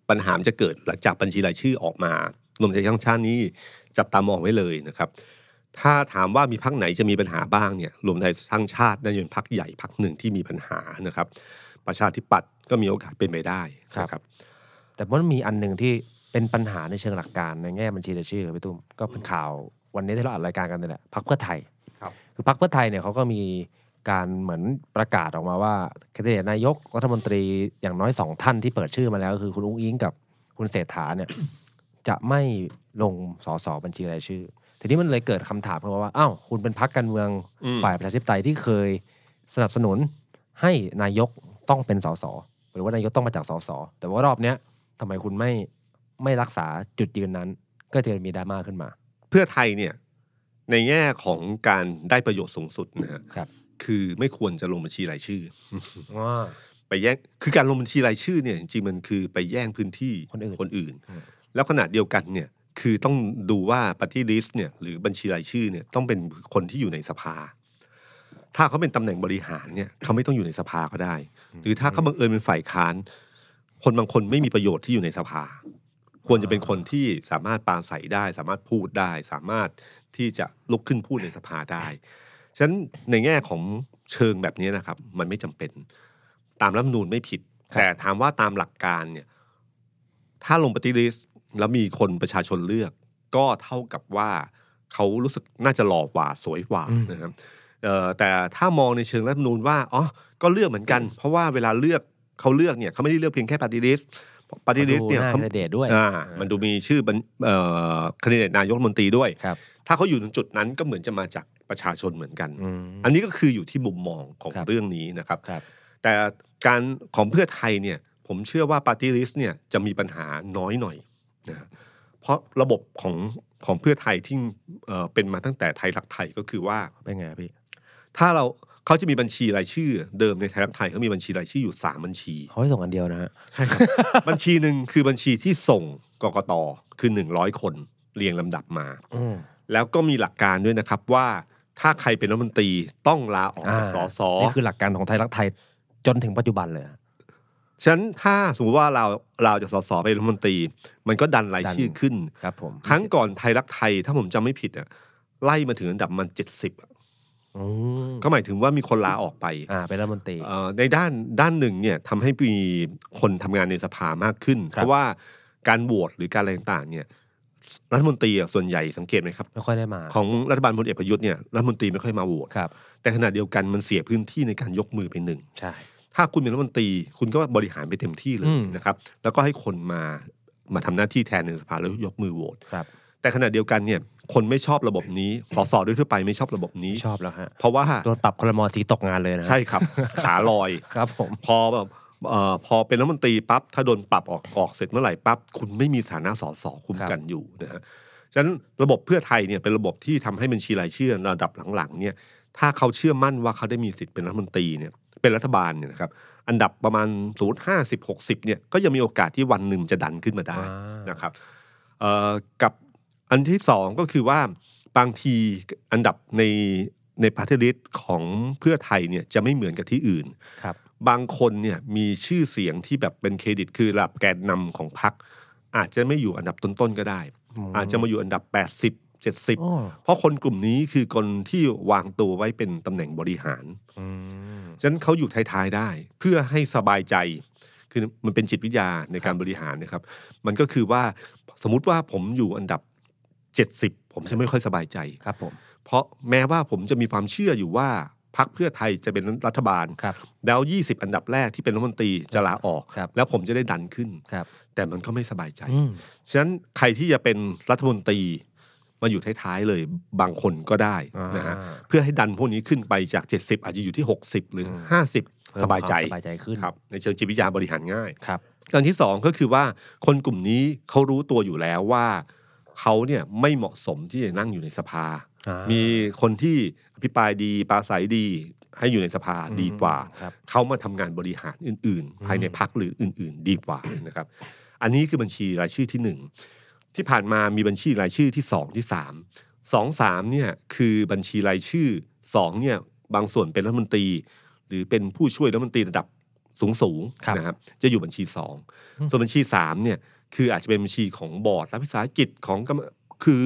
[SPEAKER 2] ปัญหามันจะเกิดหลังจากบัญชีรายชื่อออกมารวมไทยสร้างชาตินี่จับตามองไว้เลยนะครับ ถ้าถามว่ามีพักไหนจะมีปัญหาบ้างเนี่ยรวมไทยสร้างชาติน่าจะเป็นพักใหญ่พักหนึ่งที่มีปัญหานะครับ ประชาธิปัตย์ก็มีโอกาสเป็นไปได้นะครับ
[SPEAKER 3] แต่มันมีอันหนึ่งที่เป็นปัญหาในเชิงหลักการในแง่บัญชีรายชื่อครับพี่ตุ้มก็เป็นข่าววันนี้ที่เราอัดรายการกันนี่แหละพักเพื่อไทย
[SPEAKER 2] ครับ
[SPEAKER 3] คือพักเพื่อไทยเนี่ยเขาก็มีการเหมือนประกาศออกมาว่าแคนดิเดตนายกรัฐมนตรีอย่างน้อยสองท่านที่เปิดชื่อมาแล้วก็คือคุณอุ้งอิงกับคุณเศรษฐาเนี่ย จะไม่ลงสสบัญชีรายชื่อ ทีนี้มันเลยเกิดคำถามขึ้นมาว่าอ้าวคุณเป็นพักการเมือง
[SPEAKER 2] อืม
[SPEAKER 3] ฝ่ายประชาธิปไตยที่เคยสนับสนุนให้นายกต้องเป็นสสหรือว่านายกต้องมาจากสสแต่ว่ารอบเนี้ยทำไมคุณไม่ไม่รักษาจุดยืนนั้น ก็จะมีดราม่าขึ้นมา
[SPEAKER 2] เพื่อไทยเนี่ยในแง่ของการได้ประโยชน์สูงสุดนะฮะ
[SPEAKER 3] ครับ
[SPEAKER 2] คือไม่ควรจะลงบัญชีรายชื่อ
[SPEAKER 3] ว่า
[SPEAKER 2] ไปแย่งคือการลงบัญชีรายชื่อเนี่ยจริงๆมันคือไปแย่งพื้นที่
[SPEAKER 3] คนอื่น
[SPEAKER 2] คนอื่น
[SPEAKER 3] อืม
[SPEAKER 2] แล้วขณะเดียวกันเนี่ยคือต้องดูว่าปฏิริษเนี่ยหรือบัญชีรายชื่อเนี่ยต้องเป็นคนที่อยู่ในสภา ถ้าเขาเป็นตำแหน่งบริหารเนี่ยเขาไม่ต้องอยู่ในสภาก็ได้ หรือถ้าเขาบังเอิญเป็นฝ่ายค้าน คนบางคนไม่มีประโยชน์ที่อยู่ในสภา ควรจะเป็นคนที่สามารถปราศัยได้ สามารถพูดได้ สามารถที่จะลุกขึ้นพูดในสภาได้ ฉะนั้นในแง่ของเชิงแบบนี้นะครับ มันไม่จำเป็นตามรัฐธรรมนูญไม่ผิด
[SPEAKER 3] ครับ
[SPEAKER 2] แต่ถามว่าตามหลักการเนี่ย ถ้าลงปฏิริษแล้วมีคนประชาชนเลือก ก็เท่ากับว่าเขารู้สึกน่าจะหล่อกว่าสวยกว่า
[SPEAKER 3] อืม
[SPEAKER 2] นะครับเอ่อแต่ถ้ามองในเชิงรัฐธรรมนูญว่าอ๋อก็เลือกเหมือนกัน เพราะว่าเวลาเลือกเขาเลือกเนี่ยเขาไม่ได้เลือกเพียงแค่ปฏิริษปฏิริษเนี่ย
[SPEAKER 3] มาดูห
[SPEAKER 2] เขา
[SPEAKER 3] น้าแคนดิเดตด้วย
[SPEAKER 2] อ่ามันดูมีชื่อบัญเอ่อคนดิเดตนายกรัฐมนตรีด้วย
[SPEAKER 3] ครับ
[SPEAKER 2] ถ้าเขาอยู่ตรงจุดนั้นก็เหมือนจะมาจากประชาชนเหมือนกัน
[SPEAKER 3] อืม
[SPEAKER 2] อันนี้ก็คืออยู่ที่มุมมองของ
[SPEAKER 3] ครับ
[SPEAKER 2] เรื่องนี้นะครับ
[SPEAKER 3] ครับ
[SPEAKER 2] แต่การของเพื่อไทยเนี่ยผมเชื่อว่าปาร์ตี้ลิสต์เนี่ยจะมีปัญหาน้อยหน่อยนะเพราะระบบของของเพื่อไทยที่เอ่อเป็นมาตั้งแต่ไทยรักไทยก็คือว่า
[SPEAKER 3] เป็นไงพี่
[SPEAKER 2] ถ้าเราเขาจะมีบัญชีรายชื่อ เดิมในไทยรักไทยเขามีบัญชีรายชื่ออยู่สามบัญชี
[SPEAKER 3] เขาให้ส่งอันเดียวนะฮะ
[SPEAKER 2] ใช่ครับ บัญชีหนึ่งคือบัญชีที่ส่งกกตคือหนึ่งร้อยคนเรียงลำดับมา
[SPEAKER 3] อืม
[SPEAKER 2] แล้วก็มีหลักการด้วยนะครับว่าถ้าใครเป็นรัฐมนตรีต้องลาออกจากสส
[SPEAKER 3] นี่คือหลักการของไทยรักไทยจนถึงปัจจุบันเลยฮะ
[SPEAKER 2] ฉะนั้นถ้าสมมติว่าเราเราจะสสไปนรัฐมนตรี มันก็ดันราย
[SPEAKER 3] ดัน
[SPEAKER 2] ชื่อขึ้น
[SPEAKER 3] ครับผม
[SPEAKER 2] ครั้งก่อนไทยรักไทยถ้าผมจำไม่ผิดอ่ะไล่มาถึงอันดับมันเจ็ดสิบ
[SPEAKER 3] อืม
[SPEAKER 2] ก็หมายถึงว่ามีคนลาออกไป
[SPEAKER 3] อ่าเป็นรัฐมนตรี
[SPEAKER 2] เอ่อในด้านด้านหนึ่งเนี่ยทำให้มีคนทำงานในสภามากขึ้นเพ
[SPEAKER 3] ครับ
[SPEAKER 2] ราะว่าการโหวตหรือการอะไรต่างๆเนี่ยรัฐมนตรีอ่ะส่วนใหญ่สังเกตไหมครับ
[SPEAKER 3] ไม่ค่อยได้มา
[SPEAKER 2] ของรัฐบาลพลเอกประยุทธ์เนี่ยรัฐมนตรีไม่ค่อยมาโหวต
[SPEAKER 3] ครับ
[SPEAKER 2] แต่ขณะเดียวกันมันเสียพื้นที่ในการยกมือไปหนึ่ง
[SPEAKER 3] ใช่
[SPEAKER 2] ถ้าคุณเป็นรัฐมนตรีคุณก็บริหารไปเต็มที่เล
[SPEAKER 3] อื
[SPEAKER 2] ย
[SPEAKER 3] ม
[SPEAKER 2] นะครับ แล้วก็ให้คนมามาทำหน้าที่แทนในสภาแล้วยกมือโหวต
[SPEAKER 3] ครับ
[SPEAKER 2] แต่ขณะเดียวกันเนี่ย คนไม่ชอบระบบนี้สสด้วยทั่วไปไม่ชอบระบบนี้
[SPEAKER 3] ไม่ชอบแล้วฮะ
[SPEAKER 2] เพราะว่า
[SPEAKER 3] โดนปรับคลมอสีตกงานเลยนะฮะ
[SPEAKER 2] ใช่ครับ ขาลอย
[SPEAKER 3] ครับผม
[SPEAKER 2] พอแบบเอ่อพอเป็นรัฐมนตรีปั๊บถ้าโดนปรับออกออกเสร็จเมื่อไหร่ปั๊บคุณไม่มีฐานะสสคุ้ม
[SPEAKER 3] ครับ
[SPEAKER 2] กันอยู่นะฮะฉะนั้นระบบเพื่อไทยเนี่ยเป็นระบบที่ทำให้บัญชีรายชื่อระดับหลังๆเนี่ยถ้าเขาเชื่อมั่นว่าเขาได้มีสิทธิ์เป็นรัฐมนตรีเนี่ยเป็นรัฐบาลเนี่ยนะครับอันดับประมาณศูนย์ห้าสิบหกสิบเนี่ยก็ยังมีโอกาสที่วันหนึ่งจะดันขึ้นมาได้
[SPEAKER 3] อ่า
[SPEAKER 2] นะครับเอ่อกับอันที่สองก็คือว่าบางทีอันดับในในปาร์ตี้ลิสต์ของเพื่อไทยเนี่ยจะไม่เหมือนกับที่อื่น
[SPEAKER 3] ครับ
[SPEAKER 2] บางคนเนี่ยมีชื่อเสียงที่แบบเป็นเครดิตคือระดับแกนนำของพรรคอาจจะไม่อยู่อันดับต้นๆก็ได้
[SPEAKER 3] ม
[SPEAKER 2] อาจจะมาอยู่อันดับ 80 70
[SPEAKER 3] โอ้
[SPEAKER 2] เพราะคนกลุ่มนี้คือคนที่วางตัวไว้เป็นตำแหน่งบริหาร
[SPEAKER 3] อืม
[SPEAKER 2] ฉะนั้นเขาอยู่ท้ายๆได้เพื่อให้สบายใจ คือมันเป็นจิตวิทยาในการบริหารนะครับ มันก็คือว่าสมมติว่าผมอยู่อันดับ 70 ผมจะไม่ค่อยสบายใจ
[SPEAKER 3] ครับผม
[SPEAKER 2] เพราะแม้ว่าผมจะมีความเชื่ออยู่ว่า พักเพื่อไทยจะเป็นรัฐบาล
[SPEAKER 3] ครับ
[SPEAKER 2] แล้ว 20 อันดับแรกที่เป็นรัฐมนตรีจะลาออก
[SPEAKER 3] ครับ
[SPEAKER 2] แล้วผมจะได้ดันขึ้น
[SPEAKER 3] ครับ
[SPEAKER 2] แต่มันก็ไม่สบายใจ
[SPEAKER 3] อืม
[SPEAKER 2] ฉะนั้นใครที่จะเป็นรัฐมนตรีมาอยู่ท้ายๆเลยบางคนก็ได้
[SPEAKER 3] อ่า
[SPEAKER 2] นะฮะเพื่อให้ดันพวกนี้ขึ้นไปจาก 70 อาจจะอยู่ที่ 60 หรือ
[SPEAKER 3] อืม
[SPEAKER 2] 50 สบายใจ
[SPEAKER 3] สบายใจขึ้น
[SPEAKER 2] ครับในเชิงจิตวิทยาบริหารง่าย
[SPEAKER 3] ครับ
[SPEAKER 2] อันที่สองก็คือว่าคนกลุ่มนี้เขารู้ตัวอยู่แล้วว่าเขาเนี่ยไม่เหมาะสมที่จะนั่งอยู่ในสภา
[SPEAKER 3] อ่า
[SPEAKER 2] มีคนที่อภิปรายดีปราศัยดีให้อยู่ในสภาดีกว่า
[SPEAKER 3] ครับ
[SPEAKER 2] เขามาทำงานบริหารอื่น
[SPEAKER 3] อืม
[SPEAKER 2] ๆ ภายในพักหรืออื่น ๆ ดีกว่านะครับ อันนี้คือบัญชีรายชื่อที่หนึ่งที่ผ่านมามีบัญชีรายชื่อที่สองที่สามสองสามเนี่ยคือบัญชีรายชื่อสองเนี่ยบางส่วนเป็นรัฐมนตรี หรือเป็นผู้ช่วยรัฐมนตรีระดับสูงสูงๆ
[SPEAKER 3] ครับ
[SPEAKER 2] นะครับจะอยู่บัญชีสอง
[SPEAKER 3] อืม
[SPEAKER 2] ส่วนบัญชีสามเนี่ยคืออาจจะเป็นบัญชีของบอร์ดรัฐวิสาหกิจของกรรมคือ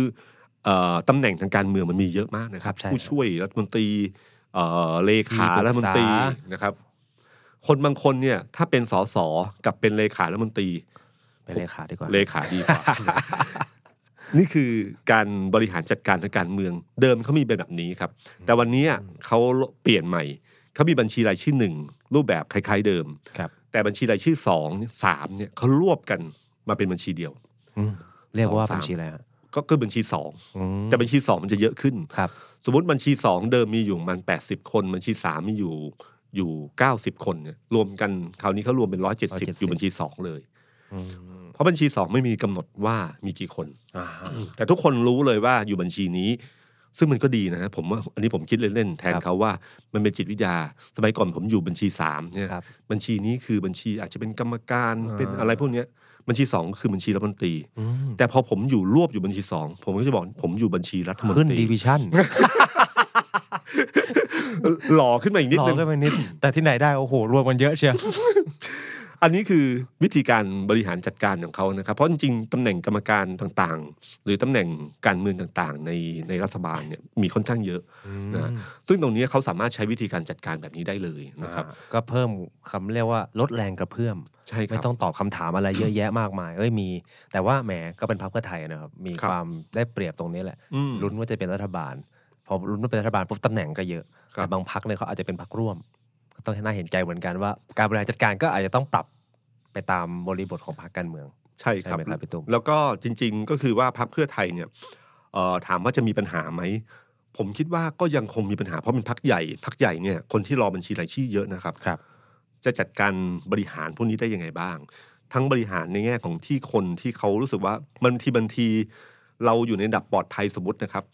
[SPEAKER 2] เออตำแหน่งทางการเมืองมันมีเยอะมากนะค
[SPEAKER 3] ครั
[SPEAKER 2] รั
[SPEAKER 3] บบ ใช่ครับ
[SPEAKER 2] ผู้ช่วยรัฐมนตรี เอ่อเลขา
[SPEAKER 3] ที่ปรึกษา
[SPEAKER 2] รัฐมนตรีนะครับ คนบางคนเนี่ย ถ้าเป็นสสกับเป็นเลขารัฐมนตรี
[SPEAKER 3] ไปเลขาดีกว่า
[SPEAKER 2] เลขาดีกว่า นี่คือการบริหารจัดการทางการเมือง เดิมเขามีเป็นแบบนี้ครับ แต่วันนี้เขาเปลี่ยนใหม่เขามีบัญชีรายชื่อหนึ่งรูปแบบคล้ายๆเดิม
[SPEAKER 3] ครับ
[SPEAKER 2] แต่บัญชีรายชื่อสองสามเนี่ยเขารวบกันมาเป็นบัญชีเดียว
[SPEAKER 3] อืมเรียก
[SPEAKER 2] ส
[SPEAKER 3] ว่า
[SPEAKER 2] องสาม
[SPEAKER 3] บัญชีอะไรฮะ
[SPEAKER 2] ก็คือบัญชีสอง
[SPEAKER 3] อืม
[SPEAKER 2] แต่บัญชีสองมันจะเยอะขึ้น
[SPEAKER 3] ครับ
[SPEAKER 2] สมมติบัญชีสองเดิมมีอยู่ประมันแปดสิบคน บัญชีสามมีอยู่อยู่เก้าสิบคนเนี่ยรวมกันคราวนี้เขารวมเป็นร้อยเจ็ดสิบอยู่บัญชีสองเลย
[SPEAKER 3] อืม
[SPEAKER 2] เพราะบัญชีสองไม่มีกำหนดว่ามีกี่คน
[SPEAKER 3] อ่า
[SPEAKER 2] แต่ทุกคนรู้เลยว่าอยู่บัญชีนี้ ซึ่งมันก็ดีนะฮะผมว่าอันนี้ผมคิดเล่นๆแทน
[SPEAKER 3] ครับ
[SPEAKER 2] เขาว่ามันเป็นจิตวิทยา สมัยก่อนผมอยู่บัญชีสามเนี่ย
[SPEAKER 3] ครับ
[SPEAKER 2] บัญชีนี้คือบัญชีอาจจะเป็นกรรมการ
[SPEAKER 3] อ่า
[SPEAKER 2] เป็นอะไรพวกเนี้ยบัญชีสองคือบัญชีรัฐมนตรี
[SPEAKER 3] อืม
[SPEAKER 2] แต่พอผมอยู่รวบอยู่บัญชีสองผมก็จะบอกผมอยู่บัญชีรัฐมน
[SPEAKER 3] ขึ้น
[SPEAKER 2] ตรี
[SPEAKER 3] ดีวิชั่น
[SPEAKER 2] หล่อขึ้นมาอีกนิด
[SPEAKER 3] รอ
[SPEAKER 2] นึง
[SPEAKER 3] ขึ้นไปนิด แต่ที่ไหนได้โอ้โหรวมกันเยอะเชียว
[SPEAKER 2] อันนี้คือวิธีการบริหารจัดการของเขานะครับ เพราะจริงๆตำแหน่งกรรมการต่างๆ หรือตำแหน่งการเมืองต่างๆ ในในรัฐบาลเนี่ยมีค่อนข้างเยอะ นะ ซึ่งตรงนี้เขาสามารถใช้วิธีการจัดการแบบนี้ได้เลยนะครับ
[SPEAKER 3] อ่าก็เพิ่มคำเรียกว่าลดแรงกระเพื่อม
[SPEAKER 2] ใช่ค
[SPEAKER 3] ไม่
[SPEAKER 2] รับ
[SPEAKER 3] ต้องตอบคำถามอะไรเยอะแยะมากมาย เอ้ยมี แต่ว่าแหมก็เป็นพรรคเพื่อไทยนะครับ มี
[SPEAKER 2] ครับ
[SPEAKER 3] ความได้เปรียบตรงนี้แหละ
[SPEAKER 2] อืม
[SPEAKER 3] ลุ้นว่าจะเป็นรัฐบาล พอลุ้นว่าเป็นรัฐบาลปุ๊บตำแหน่งก็เยอะ
[SPEAKER 2] ครับ
[SPEAKER 3] แต่บางพักเนี่ยเขาอาจจะเป็นพักร่วม ก็ต้องน่าเห็นใจเหมือนกันว่า การบริหารจัดการก็อาจจะต้องปรับไปตามบริบทของพรรคการเมือง
[SPEAKER 2] ใช่ครับ
[SPEAKER 3] ใช่ไหมครับพี่ตุ้ม
[SPEAKER 2] แล้วก็จริงๆก็คือว่าพรรคเพื่อไทยเนี่ยเอ่อถามว่าจะมีปัญหาไหม ผมคิดว่าก็ยังคงมีปัญหาเพราะเป็นพรรคใหญ่พรรคใหญ่เนี่ยคนที่รอบัญชีรายชื่อเยอะนะครับ
[SPEAKER 3] ครับ
[SPEAKER 2] จะจัดการบริหารพวกนี้ได้ยังไงบ้าง ทั้งบริหารในแง่ของที่คนที่เขารู้สึกว่าบางทีบางที เราอยู่ในอันดับปลอดภัยสมมตินะครับ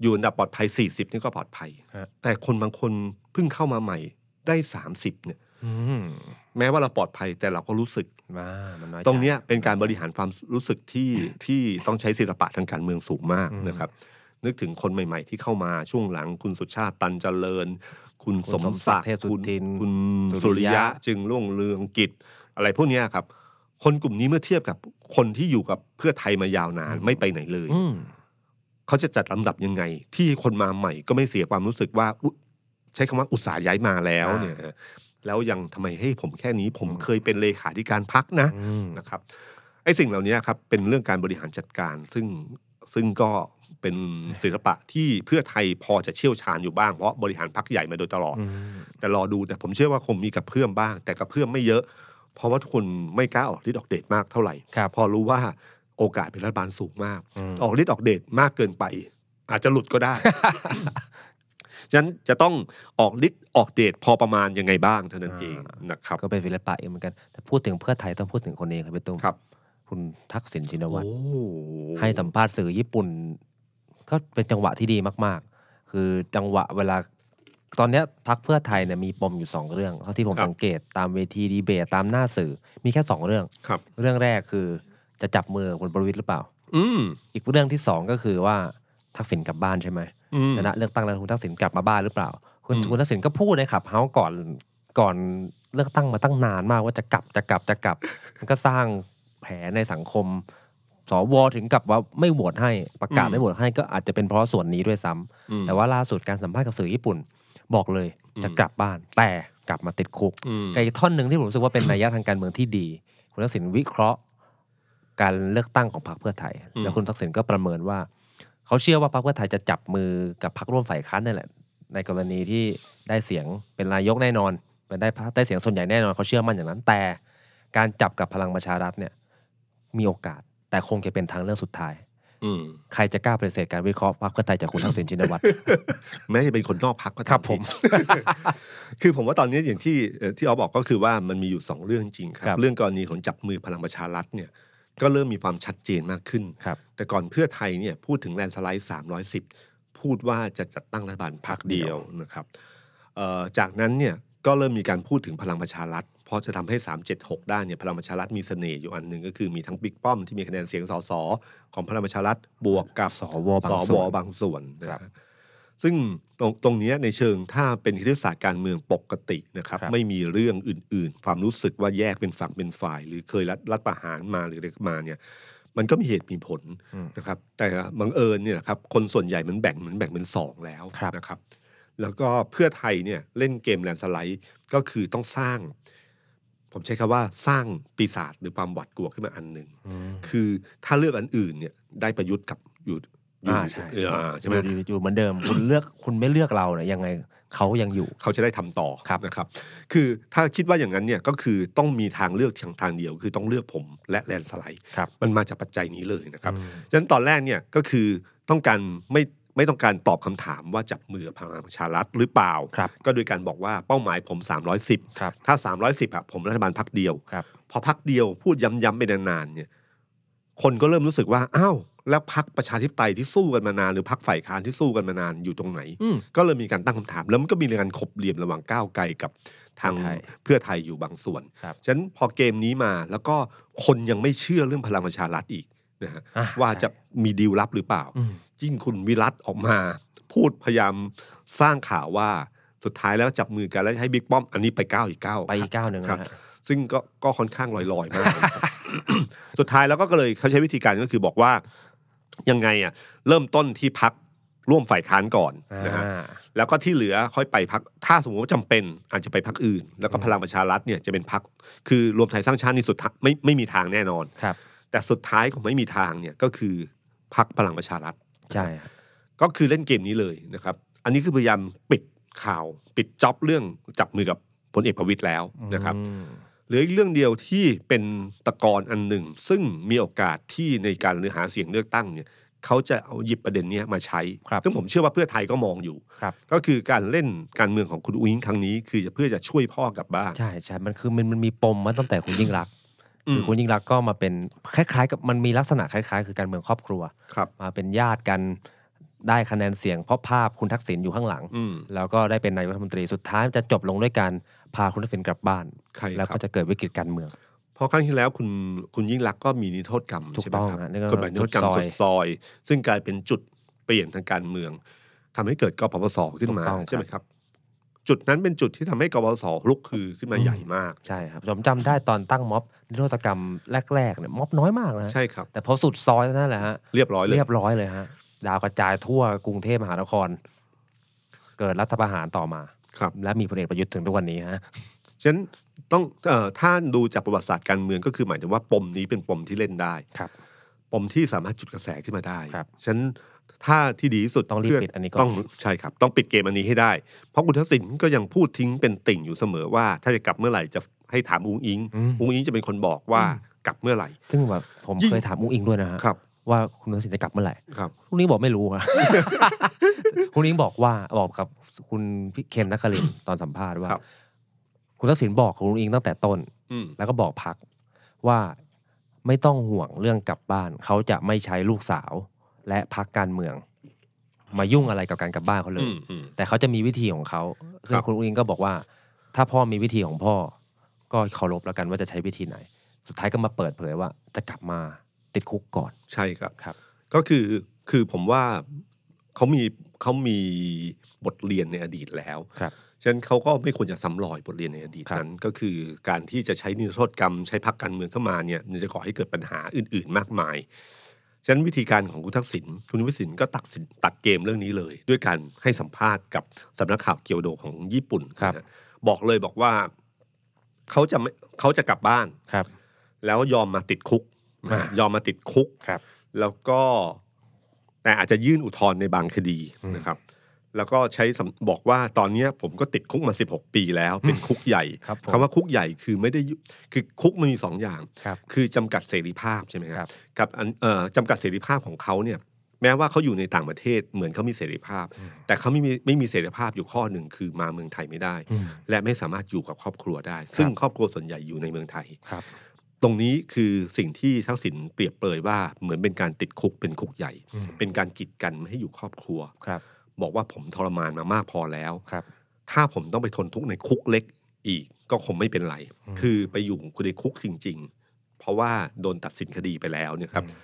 [SPEAKER 2] อยู่อันดับปลอดภัย 40 นี่ก็ปลอดภัย
[SPEAKER 3] ฮะ
[SPEAKER 2] แต่คนบางคนเพิ่งเข้ามาใหม่ได้ 30เนี่ย
[SPEAKER 3] อืม
[SPEAKER 2] แม้ว่าเราปลอดภัยแต่เราก็รู้สึก
[SPEAKER 3] มามันน้อยใจ
[SPEAKER 2] ตรงเนี้ยเป็นการบริหารความรู้สึกที่ที่ต้องใช้ศิลปะทางการเมืองสูงมาก
[SPEAKER 3] อืม
[SPEAKER 2] นะครับ นึกถึงคนใหม่ ๆ ที่เข้ามาช่วงหลังคุณสุชาติตันเจริญ คุณ
[SPEAKER 3] คุณ
[SPEAKER 2] ส
[SPEAKER 3] ส
[SPEAKER 2] ม
[SPEAKER 3] มศั
[SPEAKER 2] ศั
[SPEAKER 3] ก
[SPEAKER 2] กดิ์
[SPEAKER 3] ดิ์เทพสุ
[SPEAKER 2] คุณ
[SPEAKER 3] ทิน
[SPEAKER 2] คุณ
[SPEAKER 3] สุ
[SPEAKER 2] สุ
[SPEAKER 3] ริ
[SPEAKER 2] ริ
[SPEAKER 3] ยะ
[SPEAKER 2] ยะจึงรุ่งเรืองกิจ อะไรพวกเนี้ยครับ คนกลุ่มนี้เมื่อเทียบกับคนที่อยู่กับเพื่อไทยมายาวนานไม่ไปไหนเลย
[SPEAKER 3] อืม
[SPEAKER 2] เขาจะจัดลำดับยังไง ที่คนมาใหม่ก็ไม่เสียความรู้สึกว่าอุ๊ยใช้คำว่าอุตสาห์ย้ายมาแล้ว
[SPEAKER 3] อ่า
[SPEAKER 2] เนี่ยแล้วยังทำไมให้ผมแค่นี้ผมเคยเป็นเลขาธิการพักนะ
[SPEAKER 3] อืม
[SPEAKER 2] นะครับไอ้สิ่งเหล่านี้ครับเป็นเรื่องการบริหารจัดการ ซึ่งซึ่งก็เป็นศิลปะที่เพื่อไทยพอจะเชี่ยวชาญอยู่บ้างเพราะบริหารพักใหญ่มาโดยตลอด
[SPEAKER 3] อืม
[SPEAKER 2] แต่รอดูแต่ผมเชื่อว่าคงมีกระเพื่อมบ้าง แต่กระเพื่อมไม่เยอะ เพราะว่าทุกคนไม่กล้าออกฤทธิ์ออกเดทมากเท่าไหร่
[SPEAKER 3] ครับ
[SPEAKER 2] พอรู้ว่าโอกาสเป็นรัฐบาลสูงมาก
[SPEAKER 3] อืม
[SPEAKER 2] ออกฤทธิ์ออกเดทมากเกินไป อาจจะหลุดก็ ได้ ฉะนั้นจะต้องออกฤทธิ์ออกเดทพอประมาณยังไงบ้างเท่านั้นเองนะครับ
[SPEAKER 3] ก็เป็นศิลปะเองเหมือนกัน แต่พูดถึงเพื่อไทยต้องพูดถึงคนนี้ครับพี่ตุ้ม
[SPEAKER 2] ครับ
[SPEAKER 3] คุณทักษิณชิน
[SPEAKER 2] โอ้
[SPEAKER 3] วัตร ให้สัมภาษณ์สื่อญี่ปุ่น ก็เป็นจังหวะที่ดีมาก ๆ คือจังหวะเวลาตอนเนี้ยพักเพื่อไทยเนี่ยมีปมอยู่สองเรื่องเท่าที่ผม
[SPEAKER 2] ครับ
[SPEAKER 3] สังเกตตามเวทีดีเบตตามหน้าสื่อมีแค่สองเรื่อง
[SPEAKER 2] ครับ
[SPEAKER 3] เรื่องแรกคือจะจับมือกับคุณประวิตยหรือเปล่า
[SPEAKER 2] อืม
[SPEAKER 3] อีกเรื่องที่สองก็คือว่าทักษิณกลับบ้านใช่ไหม
[SPEAKER 2] อืม
[SPEAKER 3] ชนะเลือกตั้งแล้วคุณทักษิณกลับมาบ้านหรือเปล่า คุณ
[SPEAKER 2] อืม
[SPEAKER 3] คุณทักษิณก็พูดในขับเฮาส์ก่อนก่อนเลือกตั้งมาตั้งนานมากว่าจะกลับจะกลับจะ กลับ มันก็สร้างแผลในสังคมสวถึงกับว่าไม่โหวตให้ประกาศไม่โหวตให้ก็อาจจะเป็นเพราะส่วนนี้ด้วยซ้ำ
[SPEAKER 2] อืม
[SPEAKER 3] แต่ว่าล่าสุดการสัมภาษณ์กับสื่อญี่ปุ่น บอกเลย
[SPEAKER 2] อืม
[SPEAKER 3] จะกลับบ้าน แต่กลับมาติดคุก
[SPEAKER 2] อืม
[SPEAKER 3] กับอีกท่อนหนึ่งที่ผมรู้สึกว่า เป็นนัยยะทางการเมืองที่ดี คุณทักษิณวิเคราะห์ การเลือกตั้งของพรรคเพื่อไทย
[SPEAKER 2] อืม
[SPEAKER 3] แล้วคุณทักษิณก็ประเมินว่า เขาเชื่อว่าพรรคเพื่อไทยจะจับมือกับพรรคร่วมฝ่ายค้านนี่แหละ ในกรณีที่ได้เสียงเป็นนายกแน่นอนเป็นได้พรรคได้เสียงส่วนใหญ่แน่นอนเขาเชื่อมั่นอย่างนั้น แต่การจับกับพลังประชารัฐเนี่ยมีโอกาสแต่คงจะเป็นทางเลือกสุดท้าย
[SPEAKER 2] อืม
[SPEAKER 3] ใครจะกล้าปฏิเสธการวิเคราะห์พรรคเพื่อไทยจากคุณทักษิณชินวัตร
[SPEAKER 2] แม้จะเป็นคนนอกพักก็ตา
[SPEAKER 3] ครับผม
[SPEAKER 2] คือ ผมว่าตอนนี้อย่างที่เอ่อที่อ๋อบอกก็คือว่ามันมีอยู่สองเรื่องจริงครับ
[SPEAKER 3] ครับ
[SPEAKER 2] เรื่องกรณีของจับมือพลังประชารัฐเนี่ย ก็เริ่มมีความชัดเจนมากขึ้น
[SPEAKER 3] ครับ
[SPEAKER 2] แต่ก่อนเพื่อไทยเนี่ยพูดถึงแลนด์สไลด์ 310 พูดว่าจะจัดตั้งรัฐบาลพรรคเดียวนะครับเอ่อจากนั้นเนี่ยก็เริ่มมีการพูดถึงพลังประชารัฐ เพราะจะทำให้ 376 ได้านเนี่ยพลังประชารัฐมีเสน่ห์อยู่อันหนึ่งก็คือมีทั้งบิ๊กป้อมที่มีคะแนนเสียงสสของพลังประชารัฐบวกกับ
[SPEAKER 3] สวบางส่วน
[SPEAKER 2] บางส่วนนะ
[SPEAKER 3] ค
[SPEAKER 2] ค
[SPEAKER 3] รั
[SPEAKER 2] รั
[SPEAKER 3] บบ
[SPEAKER 2] ซึ่งตรงตรงเนี้ยในเชิงถ้าเป็นคณิตศาสตร์การเมืองปกตินะครับ
[SPEAKER 3] ครับ
[SPEAKER 2] ไม่มีเรื่องอื่น ๆ ความรู้สึกว่าแยกเป็นฝั่งเป็นฝ่าย หรือเคยรัฐรัฐประหารมาหรืออะไรมาเนี่ยมันก็มีเหตุมีผล
[SPEAKER 3] อืม
[SPEAKER 2] นะครับแต่บังเอิญเนี่ยนะครับคนส่วนใหญ่มันแบ่งมันแบ่งเป็นสองแล้ว
[SPEAKER 3] ครับ
[SPEAKER 2] นะครับ แล้วก็เพื่อไทยเนี่ยเล่นเกมแลนด์สไลด์ก็คือต้องสร้าง ผมใช้คำว่าสร้างปีศาจหรือความหวาดกลัวขึ้นมาอันหนึ่ง
[SPEAKER 3] อืม
[SPEAKER 2] คือถ้าเลือกอันอื่นเนี่ยได้ประยุทธ์กับอยู่อยู่
[SPEAKER 3] อ่าใช่
[SPEAKER 2] เออใช่ไหม
[SPEAKER 3] อยู่อยู่เหมือนเดิม คุณเลือกคุณไม่เลือกเราเนี่ยยังไงเขายังอยู่
[SPEAKER 2] เขาจะได้ทำต่อ
[SPEAKER 3] ครับ
[SPEAKER 2] นะครับ คือถ้าคิดว่าอย่างนั้นเนี่ยก็คือต้องมีทางเลือกทางทางเดียว คือต้องเลือกผมและแลนด์สไลด์
[SPEAKER 3] ครับ
[SPEAKER 2] มันมาจากปัจจัยนี้เลยนะครับ
[SPEAKER 3] อืม
[SPEAKER 2] ฉะนั้นตอนแรกเนี่ยก็คือต้องการไม่ไม่ต้องการตอบคำถามว่าจับมือกับพลังประชารัฐหรือเปล่า
[SPEAKER 3] ครับ
[SPEAKER 2] ก็โดยการบอกว่าเป้าหมายผม 310
[SPEAKER 3] ครับ
[SPEAKER 2] ถ้า 310อะผมรัฐบาลพักเดียว
[SPEAKER 3] ครับ
[SPEAKER 2] พอพักเดียวพูดย้ำๆไปนานๆเนี่ยคนก็เริ่มรู้สึกว่าอ้าวแล้วพักประชาธิปไตยที่สู้กันมานานหรือพักฝ่ายค้านที่สู้กันมานานอยู่ตรงไหน
[SPEAKER 3] อืม
[SPEAKER 2] ก็เลยมีการตั้งคำถาม แล้วมันก็มีการขบเหลี่ยมระหว่างก้าวไกลกับทางเพื่
[SPEAKER 3] เพื่อไทย
[SPEAKER 2] อไทยอยู่บางส่วน
[SPEAKER 3] ครับ
[SPEAKER 2] ฉะนั้นพอเกมนี้มาแล้วก็คนยังไม่เชื่อเรื่องพลังประชารัฐอีกนะฮะ
[SPEAKER 3] อ่
[SPEAKER 2] ว่าจะมีดีลลับหรือเปล่า
[SPEAKER 3] อืม
[SPEAKER 2] ยิ่งคุณวิรัตออกมา พูดพยายามสร้างข่าวว่าสุดท้ายแล้วจับมือกันแล้วให้บิ๊กป้อม อันนี้ไปก้าวอีกก้าว
[SPEAKER 3] ไปอีกก้าวหนึ่ง
[SPEAKER 2] ครั
[SPEAKER 3] นะ
[SPEAKER 2] บ
[SPEAKER 3] ฮะ
[SPEAKER 2] ซึ่งก็ก็ค่อนข้างลอยๆมาก นะครับ สุดท้ายแล้วก็เลยเขาใช้วิธีการก็คือบอกว่ายังไงอ่ะเริ่มต้นที่พักร่วมฝ่ายค้านก่อนนะฮะ แล้วก็ที่เหลือค่อยไปพักถ้าสมมติว่าจำเป็นอาจจะไปพักอื่น แล้วก็พลังประชารัฐเนี่ยจะเป็นพักคือรวมไทยสร้างชาตินี่สุดท้ายไม่ไม่มีทางแน่นอน
[SPEAKER 3] ครับ
[SPEAKER 2] แต่สุดท้ายของไม่มีทางเนี่ยก็คือพักพลังประชารัฐ
[SPEAKER 3] ใช่ฮะ
[SPEAKER 2] ก็คือเล่นเกมนี้เลยนะครับ อันนี้คือพยายามปิดข่าว ปิดจ็อบเรื่องจับมือกับพลเอกประวิตยแล้วนะครับ
[SPEAKER 3] อืม
[SPEAKER 2] เหลืออีกเรื่องเดียวที่เป็นตะกอนอันหนึ่ง ซึ่งมีโอกาสที่ในการหรือหาเสียงเลือกตั้งเนี่ยเขาจะเอาหยิบประเด็นเนี้ยมาใช้
[SPEAKER 3] ครับ
[SPEAKER 2] ซึ่งผมเชื่อว่าเพื่อไทยก็มองอยู่
[SPEAKER 3] ครับ
[SPEAKER 2] ก็คือการเล่นการเมืองของคุณอุ้งอิ๊งครั้งนี้ คือจะเพื่อจะช่วยพ่อกลับบ้าน
[SPEAKER 3] ใช่ใช่มันคือมันมันมีปมมาตั้งแต่คุณยิ่งรักษณ์
[SPEAKER 2] อืม
[SPEAKER 3] คือคุณยิ่งรักษณ์ก็มาเป็นคล้ายๆกับมันมีลักษณะคล้าย ๆ คือการเมืองครอบครัว
[SPEAKER 2] ครับ
[SPEAKER 3] มาเป็นญาติกันได้คะแนนเสียงเพราะภาพคุณทักษิณอยู่ข้างหลัง
[SPEAKER 2] อืม
[SPEAKER 3] แล้วก็ได้เป็นนายกรัฐมนตรีสุดท้ายจะจบลงด้วยการพาคุณทักษิณกลับบ้าน
[SPEAKER 2] ใคร
[SPEAKER 3] แล้ว
[SPEAKER 2] ครั
[SPEAKER 3] ก็
[SPEAKER 2] บ
[SPEAKER 3] จะเกิดวิกฤตการเมือง
[SPEAKER 2] เพราะครั้งที่แล้วคุณคุณยิ่งรักษณ์ก็มีนิโทษกรรม
[SPEAKER 3] ถูก
[SPEAKER 2] ใช่ไหม
[SPEAKER 3] ต้อง
[SPEAKER 2] ครับ
[SPEAKER 3] ฮะนี่ก็
[SPEAKER 2] กฎหมายนิโทษกรรม
[SPEAKER 3] สุ
[SPEAKER 2] สุ
[SPEAKER 3] ดซอย
[SPEAKER 2] ดซอย ซึ่งกลายเป็นจุดเปลี่ยนทางการเมืองทำให้เกิดกปปสขึ้นมา
[SPEAKER 3] ถูกต้องครับ
[SPEAKER 2] ใช่ไหมครับ จุดนั้นเป็นจุดที่ทำให้กปปสลุกคือขึ้นมาใหญ่มาก
[SPEAKER 3] ใช่ครับผมจำได้ตอนตั้งม็อบนิรโทษกรรมแรกๆเนี่ยม็อบน้อยมากนะฮะ
[SPEAKER 2] ใช่ครับ
[SPEAKER 3] แต่พอสุดซอยเท่านั่นแหละฮะ
[SPEAKER 2] เรียบร้อยเลย
[SPEAKER 3] เรียบร้อยเลยฮะดาวกระจายทั่วกรุงเทพมหานคร เกิดรัฐประหารต่อมา
[SPEAKER 2] ครับ
[SPEAKER 3] และมีพลเอกประยุทธ์ถึงทุกวันนี้ฮะ
[SPEAKER 2] ฉะนั้นต้องเอ่อถ้าดูจากประวัติศาสตร์การเมืองก็คือหมายถึงว่าปมนี้เป็นปมที่เล่นได้
[SPEAKER 3] ครับ
[SPEAKER 2] ปมที่สามารถจุดกระแสขึ้นมาได้
[SPEAKER 3] ครับ
[SPEAKER 2] ฉะนั้นถ้าที่ดีที่สุด
[SPEAKER 3] ต้องรีบ
[SPEAKER 2] เพื่
[SPEAKER 3] ปิดอันนี้ก่อน
[SPEAKER 2] ต้องใช่ครับ ต้องปิดเกมอันนี้ให้ได้ เพราะคุณทักษิณก็ยังพูดทิ้งเป็นติ่งอยู่เสมอว่า ถ้าจะกลับเมื่อไหร่จะให้ถามอุ้งอิง
[SPEAKER 3] อืม
[SPEAKER 2] อุ้งอิงจะเป็นคนบอกว่า
[SPEAKER 3] อืม
[SPEAKER 2] กลับเมื่อไหร่
[SPEAKER 3] ซึ่งแบบผม
[SPEAKER 2] ยิ่ง
[SPEAKER 3] เคยถามอุ้งอิงด้วยนะฮะ
[SPEAKER 2] ครับ
[SPEAKER 3] ว่าคุณทักษิณจะกลับเมื่อไหร่
[SPEAKER 2] ครับ
[SPEAKER 3] คุณอิงบอกไม่รู้ ครับ คุณอิงบอกว่าบอกกับคุณพี่เคนนักคลินทร์ตอนสัมภาษณ์ว่า
[SPEAKER 2] ครับ
[SPEAKER 3] คุณทักษิณบอกคุณอิงตั้งแต่ต้น
[SPEAKER 2] อืม
[SPEAKER 3] แล้วก็บอกพักว่าไม่ต้องห่วงเรื่องกลับบ้าน เขาจะไม่ใช้ลูกสาวและพักการเมือง มายุ่งอะไรกับการกลับบ้านเขาเล
[SPEAKER 2] อื
[SPEAKER 3] ย
[SPEAKER 2] มอืม
[SPEAKER 3] แต่เขาจะมีวิธีของเขาซึ่
[SPEAKER 2] ค
[SPEAKER 3] ง
[SPEAKER 2] รับ
[SPEAKER 3] คุณอุ้งอิงก็บอกว่า ถ้าพ่อมีวิธีของพ่อ ก็เคารพแล้วกันว่าจะใช้วิธีไหน สุดท้ายก็มาเปิดเผยว่า จะกลับมาติดคุกก่อน
[SPEAKER 2] ใช่ครับ
[SPEAKER 3] ครับ
[SPEAKER 2] ก็คือคือผมว่าเขามีเขามีบทเรียนในอดีตแล้ว
[SPEAKER 3] ครับ
[SPEAKER 2] ฉะนั้นเขาก็ไม่ควรจะซ้ำรอยบทเรียนในอดีต
[SPEAKER 3] ครับ
[SPEAKER 2] นั้น ก็คือการที่จะใช้นิรโทษกรรม ใช้พักการเมืองเข้ามาเนี่ยมันจะก่อให้เกิดปัญหาอื่น ๆ มากมาย ฉะนั้นวิธีการของคุณทักษิณคุณทักษิณก็ตัดสินตัดเกมเรื่องนี้เลย ด้วยการให้สัมภาษณ์กับสำนักข่าวเกียวโดของญี่ปุ่น
[SPEAKER 3] ครับ
[SPEAKER 2] นะฮะบอกเลยบอกว่าเขาจะไม่เขาจะกลับบ้าน
[SPEAKER 3] ครับ
[SPEAKER 2] แล้วยอมมาติดคุก
[SPEAKER 3] อ่าย
[SPEAKER 2] อมมาติดคุก
[SPEAKER 3] ครับ
[SPEAKER 2] แล้วก็แต่อาจจะยื่นอุทธรณ์ในบางคดี
[SPEAKER 3] อืม
[SPEAKER 2] นะครับ แล้วก็ใช้สำบอกว่าตอนเนี้ยผมก็ติดคุกมา 16 ปีแล้ว เป็นคุกใหญ่
[SPEAKER 3] ครับผม
[SPEAKER 2] คำว่าคุกใหญ่คือไม่ได้ยุคือคุกมันมีสองอย่าง
[SPEAKER 3] ครับ
[SPEAKER 2] คือจำกัดเสรีภาพใช่ไหมค
[SPEAKER 3] ครั
[SPEAKER 2] รับบ กับอันเอ่อจำกัดเสรีภาพของเขาเนี่ยแม้ว่าเขาอยู่ในต่างประเทศเหมือนเขามีเสรีภาพ แต่เขาไม่มีไม่มีเสรีภาพอยู่ข้อหนึ่งคือมาเมืองไทยไม่ได้
[SPEAKER 3] อืม
[SPEAKER 2] และไม่สามารถอยู่กับครอบครัวได้ ซึ่งครอบครัวส่วนใหญ่อยู่ในเมืองไทย
[SPEAKER 3] ครับ
[SPEAKER 2] ตรงนี้คือสิ่งที่ทักษิณเปรียบเปรยว่าเหมือนเป็นการติดคุกเป็นคุกใหญ่
[SPEAKER 3] อืม
[SPEAKER 2] เป็นการกีดกันไม่ให้อยู่ครอบครัว
[SPEAKER 3] ครับ
[SPEAKER 2] บอกว่าผมทรมานมามากพอแล้ว
[SPEAKER 3] ครับ
[SPEAKER 2] ถ้าผมต้องไปทนทุกข์ในคุกเล็กอีกก็คงไม่เป็นไร
[SPEAKER 3] อืม
[SPEAKER 2] คือไปอยู่ในคุกจริง ๆ เพราะว่าโดนตัดสินคดีไปแล้วเนี่ยครับ
[SPEAKER 3] อืม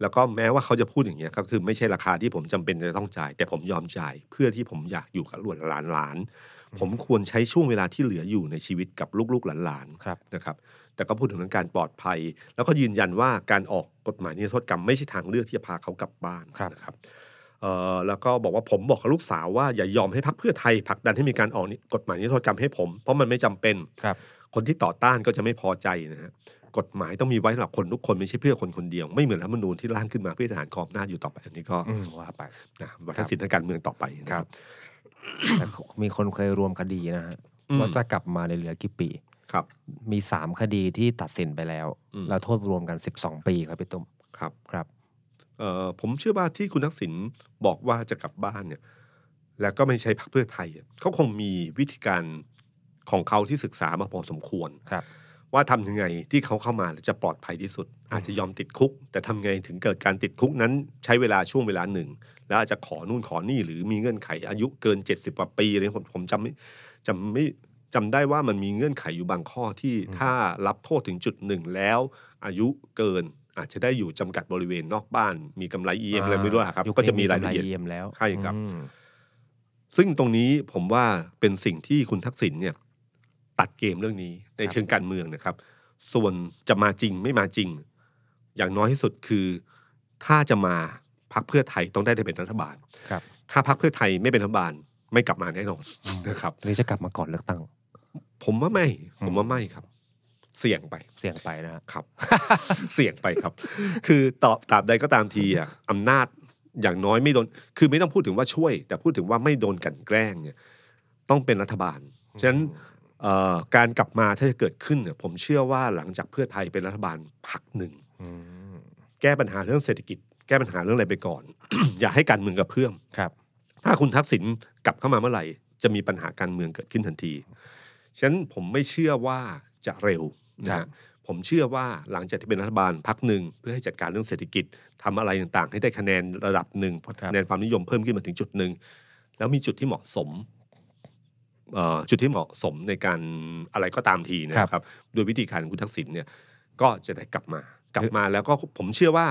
[SPEAKER 2] แล้วก็แม้ว่าเขาจะพูดอย่างเงี้ยก็คือไม่ใช่ราคาที่ผมจำเป็นจะต้องจ่าย แต่ผมยอมจ่าย เพื่อที่ผมอยากอยู่กับลูกหลานหลานๆผมควรใช้ช่วงเวลาที่เหลืออยู่ในชีวิตกับลูกๆหลานๆ
[SPEAKER 3] ครับ
[SPEAKER 2] นะครับแต่ก็พูดถึงเรื่องการปลอดภัย แล้วก็ยืนยันว่าการออกกฎหมายนิรโทษกรรมไม่ใช่ทางเลือกที่จะพาเขากลับบ้าน
[SPEAKER 3] ครับ
[SPEAKER 2] นะครับเอ่อแล้วก็บอกว่าผมบอกกับลูกสาวว่าอย่ายอมให้พักเพื่อไทยผลักดันให้มีการออกนิกฎหมายนิรโทษกรรมให้ผม เพราะมันไม่จำเป็น
[SPEAKER 3] ครับ
[SPEAKER 2] คนที่ต่อต้านก็จะไม่พอใจนะฮะกฎหมายต้องมีไว้สำหรับคนทุกคนไม่ใช่เพื่อคนคนเดียว ไม่เหมือนรัฐธรรมนูญที่ร่างขึ้นมาเพื่อทหารครอบหน้าจอยู่ต่อไปอันนี้ก็
[SPEAKER 3] อืมว่าไป
[SPEAKER 2] นะวัฒนศิลป์ทางการเมืองต่อไปนะ
[SPEAKER 3] ครับ แต่มีคนเคยรวมคดีนะฮะ
[SPEAKER 2] อืม
[SPEAKER 3] ว่าจะกลับมาในยเหลือกี่ปี
[SPEAKER 2] ครับ
[SPEAKER 3] มีสามคดีที่ตัดสินไปแล้ว
[SPEAKER 2] อืม
[SPEAKER 3] แล้วโทษรวมกันสิบสองปีครับพี่ตุ้ม
[SPEAKER 2] ครับ
[SPEAKER 3] ครับ
[SPEAKER 2] เอ่อผมเชื่อว่าที่คุณทักษิณบอกว่าจะกลับบ้านเนี่ย แล้วก็ไม่ใช่พักเพื่อไทยอะเขาคงมีวิธีการของเขาที่ศึกษามาพอสมควร
[SPEAKER 3] ครับ
[SPEAKER 2] ว่าทำยังไงที่เขาเข้ามาจะปลอดภัยที่สุด อาจจะยอมติดคุก แต่ทำไงถึงเกิดการติดคุกนั้นใช้เวลาช่วงเวลาหนึ่ง แล้วอาจจะขอนู่นขอนี่หรือมีเงื่อนไขอายุเกิน 70กว่าปีอะไรผมผมจำไม่จำไม่จำได้ว่ามันมีเงื่อนไขอยู่บางข้อที่ถ้ารับโทษถึงจุดหนึ่งแล้ว อายุเกินอาจจะได้อยู่จำกัดบริเวณนอกบ้าน มีกำไรเอ็มอะไรไม่รู้อะครับ
[SPEAKER 3] ยุ
[SPEAKER 2] ก็จะมีรายละเอียด
[SPEAKER 3] กำไ EM แล้ว
[SPEAKER 2] ใช่ครับ
[SPEAKER 3] อืม
[SPEAKER 2] ซึ่งตรงนี้ผมว่าเป็นสิ่งที่คุณทักษิณเนี่ยตัดเกมเรื่องนี้ในเชิงการเมืองนะครับ ส่วนจะมาจริงไม่มาจริง อย่างน้อยที่สุดคือ ถ้าจะมาพักเพื่อไทยต้องได้ได้เป็นรัฐบาล
[SPEAKER 3] ครับ
[SPEAKER 2] ถ้าพักเพื่อไทยไม่เป็นรัฐบาลไม่กลับมาแน่นอนนะครับ
[SPEAKER 3] หรือจะกลับมาก่อนเลือกตั้ง
[SPEAKER 2] ผมว่าไม่ ผมว่าไม่ครับ เสี่ยงไป
[SPEAKER 3] เสี่ยงไปนะฮะ
[SPEAKER 2] ครับ เสี่ยงไปครับ คือตอบตราบใดก็ตามทีอ่ะอำนาจอย่างน้อยไม่โดน คือไม่ต้องพูดถึงว่าช่วย แต่พูดถึงว่าไม่โดนกลันแกล้งเนี่ย ต้องเป็นรัฐบาล ฉะนั้นเอ่อการกลับมาถ้าจะเกิดขึ้นเนี่ยผมเชื่อว่าหลังจากเพื่อไทยเป็นรัฐบาลพักหนึ่ง
[SPEAKER 3] อืม
[SPEAKER 2] แก้ปัญหาเรื่องเศรษฐกิจ แก้ปัญหาเรื่องอะไรไปก่อน อย่าให้การเมืองกระเพื่อม
[SPEAKER 3] ครับ
[SPEAKER 2] ถ้าคุณทักษิณกลับเข้ามาเมื่อไหร่ จะมีปัญหาการเมืองเกิดขึ้นทันที ฉะนั้นผมไม่เชื่อว่าจะเร็วนะ
[SPEAKER 3] ครั
[SPEAKER 2] ฮะ
[SPEAKER 3] บ
[SPEAKER 2] ผมเชื่อว่าหลังจากที่เป็นรัฐบาลพักหนึ่ง เพื่อให้จัดการเรื่องเศรษฐกิจทำอะไรต่างๆ ให้ได้คะแนนระดับหนึ่งคะแนนความนิยมเพิ่มขึ้นมาถึงจุดหนึ่ง แล้วมีจุดที่เหมาะสมเอ่อจุดที่เหมาะสมในการอะไรก็ตามทีนะครับ โดยวิธีการของคุณทักษิณเนี่ย ก็จะได้กลับมา กลับมาแล้วก็ผมเชื่อว่า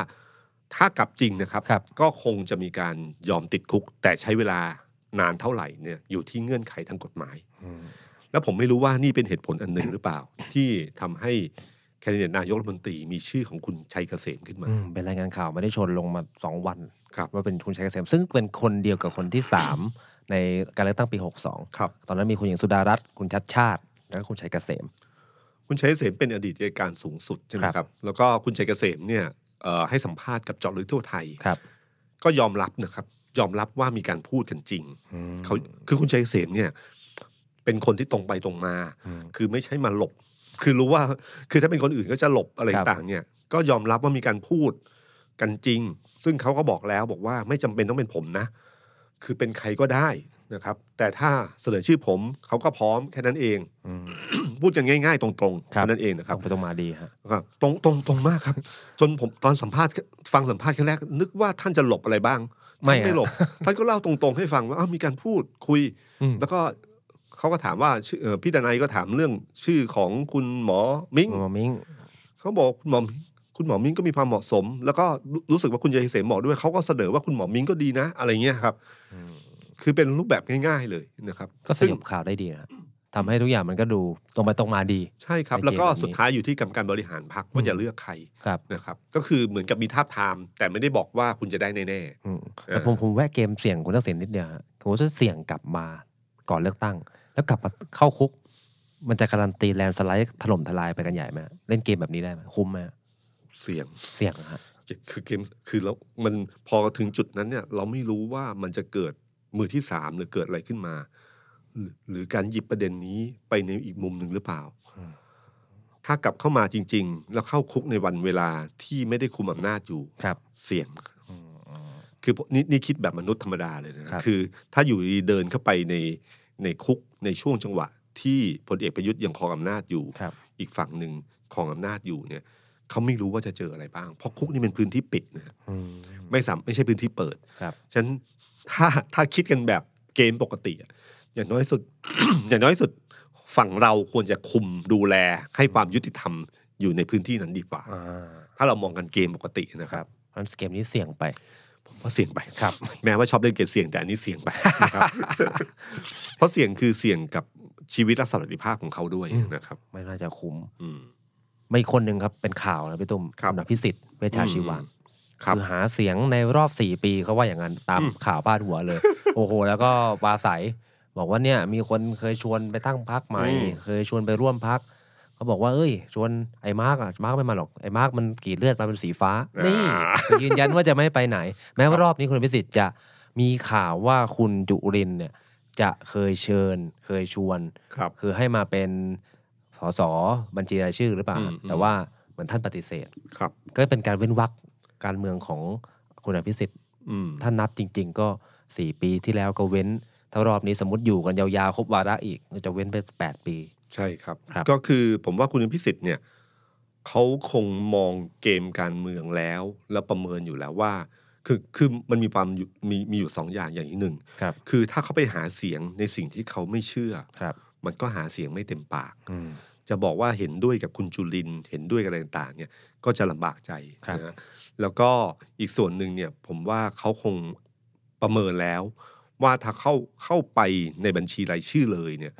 [SPEAKER 2] ถ้ากลับจริงนะครับ
[SPEAKER 3] ครับ
[SPEAKER 2] ก็คงจะมีการยอมติดคุก แต่ใช้เวลานานเท่าไหร่เนี่ยอยู่ที่เงื่อนไขทางกฎหมาย
[SPEAKER 3] อืม
[SPEAKER 2] แล้วผมไม่รู้ว่านี่เป็นเหตุผลอันหนึ่งหรือเปล่า ที่ทำให้แคนดิเดตนายกรัฐมนตรีมีชื่อของคุณชัยเกษมขึ้นมา
[SPEAKER 3] อืมเป็นรายงานข่าวไม่ได้ชนลงมาสองวัน
[SPEAKER 2] ครับ
[SPEAKER 3] ว่าเป็นคุณชัยเกษมซึ่งเป็นคนเดียวกับคนที่สาม ในการเลือกตั้งปี 62
[SPEAKER 2] ครับ
[SPEAKER 3] ตอนนั้นมีคุณหญิงสุดารัตน์คุณชัดชาติ แล้วก็คุณชัยเกษม
[SPEAKER 2] คุณชัยเกษมเป็นอดีตอัยการสูงสุดใช่ไหม
[SPEAKER 3] ครับ
[SPEAKER 2] ครับแล้วก็คุณชัยเกษมเนี่ยเอ่อให้สัมภาษณ์กับเจอลึกทั่วไทย
[SPEAKER 3] ครับ
[SPEAKER 2] ก็ยอมรับนะครับ ยอมรับว่ามีการพูดกันจริง
[SPEAKER 3] อืม
[SPEAKER 2] เขาคือคุณชัยเกษมเนี่ย เป็นคนที่ตรงไปตรงมา
[SPEAKER 3] อืม
[SPEAKER 2] คือไม่ใช่มาหลบ คือรู้ว่าคือถ้าเป็นคนอื่นก็จะหลบอะไร
[SPEAKER 3] ครับ
[SPEAKER 2] ต่างเนี่ย ก็ยอมรับว่ามีการพูดกันจริง ซึ่งเขาก็บอกแล้วบอกว่าไม่จำเป็นต้องเป็นผมนะ คือเป็นใครก็ได้นะครับ แต่ถ้าเสนอชื่อผมเขาก็พร้อมแค่นั้นเอง
[SPEAKER 3] อืม
[SPEAKER 2] พูดกันง่าย ๆ ตรงๆ
[SPEAKER 3] ครับ
[SPEAKER 2] แค่นั้นเองนะค
[SPEAKER 3] ตร
[SPEAKER 2] รับ
[SPEAKER 3] งไปตรงมาดีฮะ
[SPEAKER 2] ครับตรงตรงตรงมากครับ จนผมตอนสัมภาษณ์ฟังสัมภาษณ์ครั้งแรก นึกว่าท่านจะหลบอะไรบ้าง
[SPEAKER 3] ไม่
[SPEAKER 2] ท่านไม่
[SPEAKER 3] อะ
[SPEAKER 2] หลบ ท่านก็เล่าตรงๆ ให้ฟังว่าอ้าวมีการพูดคุย
[SPEAKER 3] อืม
[SPEAKER 2] แล้วก็เขาก็ถามว่าชื่อเอ่อพี่ดนัยก็ถามเรื่องชื่อของคุณหมอมิ้ง
[SPEAKER 3] หมอมิ้ง
[SPEAKER 2] เขาบอกคุณหมอมิ้งคุณหมอมิ้งก็มีความเหมาะสม แล้วก็รู้รู้สึกว่าคุณยายเสมบอกด้วยเขาก็เสนอว่าคุณหมอมิ้งก็ดีนะ อะไรเงี้ยครับ
[SPEAKER 3] อืม
[SPEAKER 2] คือเป็นรูปแบบง่าย ๆ เลยนะครับ
[SPEAKER 3] ก็ส
[SPEAKER 2] ซึ่ง
[SPEAKER 3] ยบข่าวได้ดีนะฮะทำให้ทุกอย่างมันก็ดูตรงไปตรงมาดี
[SPEAKER 2] ใช่ครับ
[SPEAKER 3] ในเกม
[SPEAKER 2] แล้วก็
[SPEAKER 3] แบบนี้
[SPEAKER 2] สุดท้ายอยู่ที่กรรมการบริหารพรรคว่า
[SPEAKER 3] อืม
[SPEAKER 2] จะเลือกใคร
[SPEAKER 3] ครับ
[SPEAKER 2] นะครับก็คือเหมือนกับมีทาบทามแต่ไม่ได้บอกว่าคุณจะได้แน่
[SPEAKER 3] อืม
[SPEAKER 2] เออ
[SPEAKER 3] แต่ผมผมแวะเกมเสี่ยงคุณทักษิณนิดเดียวฮะผมว่าเสี่ยงกลับมาก่อนเลือกตั้ง แล้วกลับมาเข้าคุก มันจะการันตีแลนด์สไลด์ถล่มทลายไปกันใหญ่ไหมฮะเล่นเกมแบบนี้ได้ไหมคุ้มไหมฮะ
[SPEAKER 2] ๆ เสี่ยง
[SPEAKER 3] เสี่ยงฮะ
[SPEAKER 2] คือเกมคือแล้วมันพอถึงจุดนั้นเนี่ยเราไม่รู้ว่ามันจะเกิด มือที่สามหรือเกิดอะไรขึ้นมาหรือหรือการหยิบประเด็นนี้ไปในอีกมุมหนึ่งหรือเปล่า
[SPEAKER 3] อืม
[SPEAKER 2] ถ้ากลับเข้ามาจริง ๆ แล้วเข้าคุกในวันเวลาที่ไม่ได้คุมอำนาจอยู่
[SPEAKER 3] ครับ
[SPEAKER 2] เสี่ยง
[SPEAKER 3] อืมอืม
[SPEAKER 2] คือนี่นี่คิดแบบมนุษย์ธรรมดาเลยนะครับ คือถ้าอยู่ดีๆเดินเข้าไปในในคุกในช่วงจังหวะ ที่พลเอกประยุทธ์ยังครองอำนาจอยู่
[SPEAKER 3] ครับ
[SPEAKER 2] อีกฝั่งหนึ่งครองอำนาจอยู่เนี่ยเขาไม่รู้ว่าจะเจออะไรบ้าง เพราะคุกนี่เป็นพื้นที่ปิดนะ
[SPEAKER 3] อืม
[SPEAKER 2] ไม่สามไม่ใช่พื้นที่เปิด
[SPEAKER 3] ครับ
[SPEAKER 2] ฉะนันถ้าถ้าคิดกันแบบเกมปกติอะอย่างน้อยสุด อย่างน้อยสุดฝั่งเราควรจะคุมดูแลให้ความยุติธรรมอยู่ในพื้นที่นั้นดีกว่า
[SPEAKER 3] อ่า
[SPEAKER 2] ถ้าเรามองกันเกมปกตินะ
[SPEAKER 3] ค
[SPEAKER 2] ครั
[SPEAKER 3] รั
[SPEAKER 2] บบ
[SPEAKER 3] เพราะฉะนั้นเกมนี้เสี่ยงไป
[SPEAKER 2] ผมว่าเสี่ยงไป
[SPEAKER 3] ครับ
[SPEAKER 2] แม้ว่าชอบเล่นเกมเสี่ยงแต่อันนี้เสี่ยงไปนะครับ เพราะเสี่ยงคือเสี่ยงกับชีวิตและสวัสดิภาพของเขาด้วยนะครับ
[SPEAKER 3] ไม่น่าจะคุ้ม
[SPEAKER 2] อืม
[SPEAKER 3] ไม่คนหนึ่งครับเป็นข่าวนะพี่ตุ้ม
[SPEAKER 2] ครับ
[SPEAKER 3] ณอภิสิทธิ์เวชชาชีวาน
[SPEAKER 2] ครับ
[SPEAKER 3] อหาเสียงในรอบสี่ปีเขาว่าอย่างนั้นตาม
[SPEAKER 2] อืม
[SPEAKER 3] ข่าวพาดหัว เลย โอ้โห แล้วก็ปราศัย บอกว่าเนี่ย มีคนเคยชวนไปตั้งพักใหม่ เคยชวนไปร่วมพักเขาบอกว่าเอ้ย ชวนไอ้มาร์กอะมาร์กไม่มาหรอกไอ้มาร์กมันกรีดเลือดมาเป็นสีฟ้านี่ แต่ยืนยันว่าจะไม่ไปไหน แม้ว่ารอบนี้คุณพิสิทธิ์จะมีข่าวว่าคุณจุรินทร์เนี่ยจะเคยเชิญ เคยชวน
[SPEAKER 2] ครับ
[SPEAKER 3] คือให้มาเป็นสสบัญชีรายชื่อหรือเปล่า
[SPEAKER 2] อืม
[SPEAKER 3] แต่ว่าเหมือนท่านปฏิเสธ
[SPEAKER 2] ครับ
[SPEAKER 3] ก็เป็นการเว้นวรรคการเมืองของคุณอภิสิทธิ์
[SPEAKER 2] อืม
[SPEAKER 3] ถ้านับจริง ๆ ก็สี่ปีที่แล้วก็เว้น ถ้ารอบนี้สมมติอยู่กันยาวๆครบวาระอีกก็จะเว้นไปแปดปี
[SPEAKER 2] ใช่ครับ
[SPEAKER 3] ครับ
[SPEAKER 2] ก็คือผมว่าคุณพิสิทธิ์เนี่ยเขาคงมองเกมการเมืองแล้ว แล้วประเมินอยู่แล้วว่า คือคือมันมีความอยู่มีมีอยู่สองอย่างอย่างที่หนึ่ง
[SPEAKER 3] ครับ
[SPEAKER 2] คือถ้าเขาไปหาเสียงในสิ่งที่เขาไม่เชื่อ
[SPEAKER 3] ครับ
[SPEAKER 2] มันก็หาเสียงไม่เต็มปาก
[SPEAKER 3] อืม
[SPEAKER 2] จะบอกว่าเห็นด้วยกับคุณจุลินทร์เห็นด้วยกับอะไรต่างๆเนี่ยก็จะลำบากใจ
[SPEAKER 3] ครับ
[SPEAKER 2] นะฮะแล้วก็อีกส่วนหนึ่งเนี่ยผมว่าเขาคงประเมินแล้ว ว่าถ้าเข้าเข้าไปในบัญชีรายชื่อเลยเนี่ย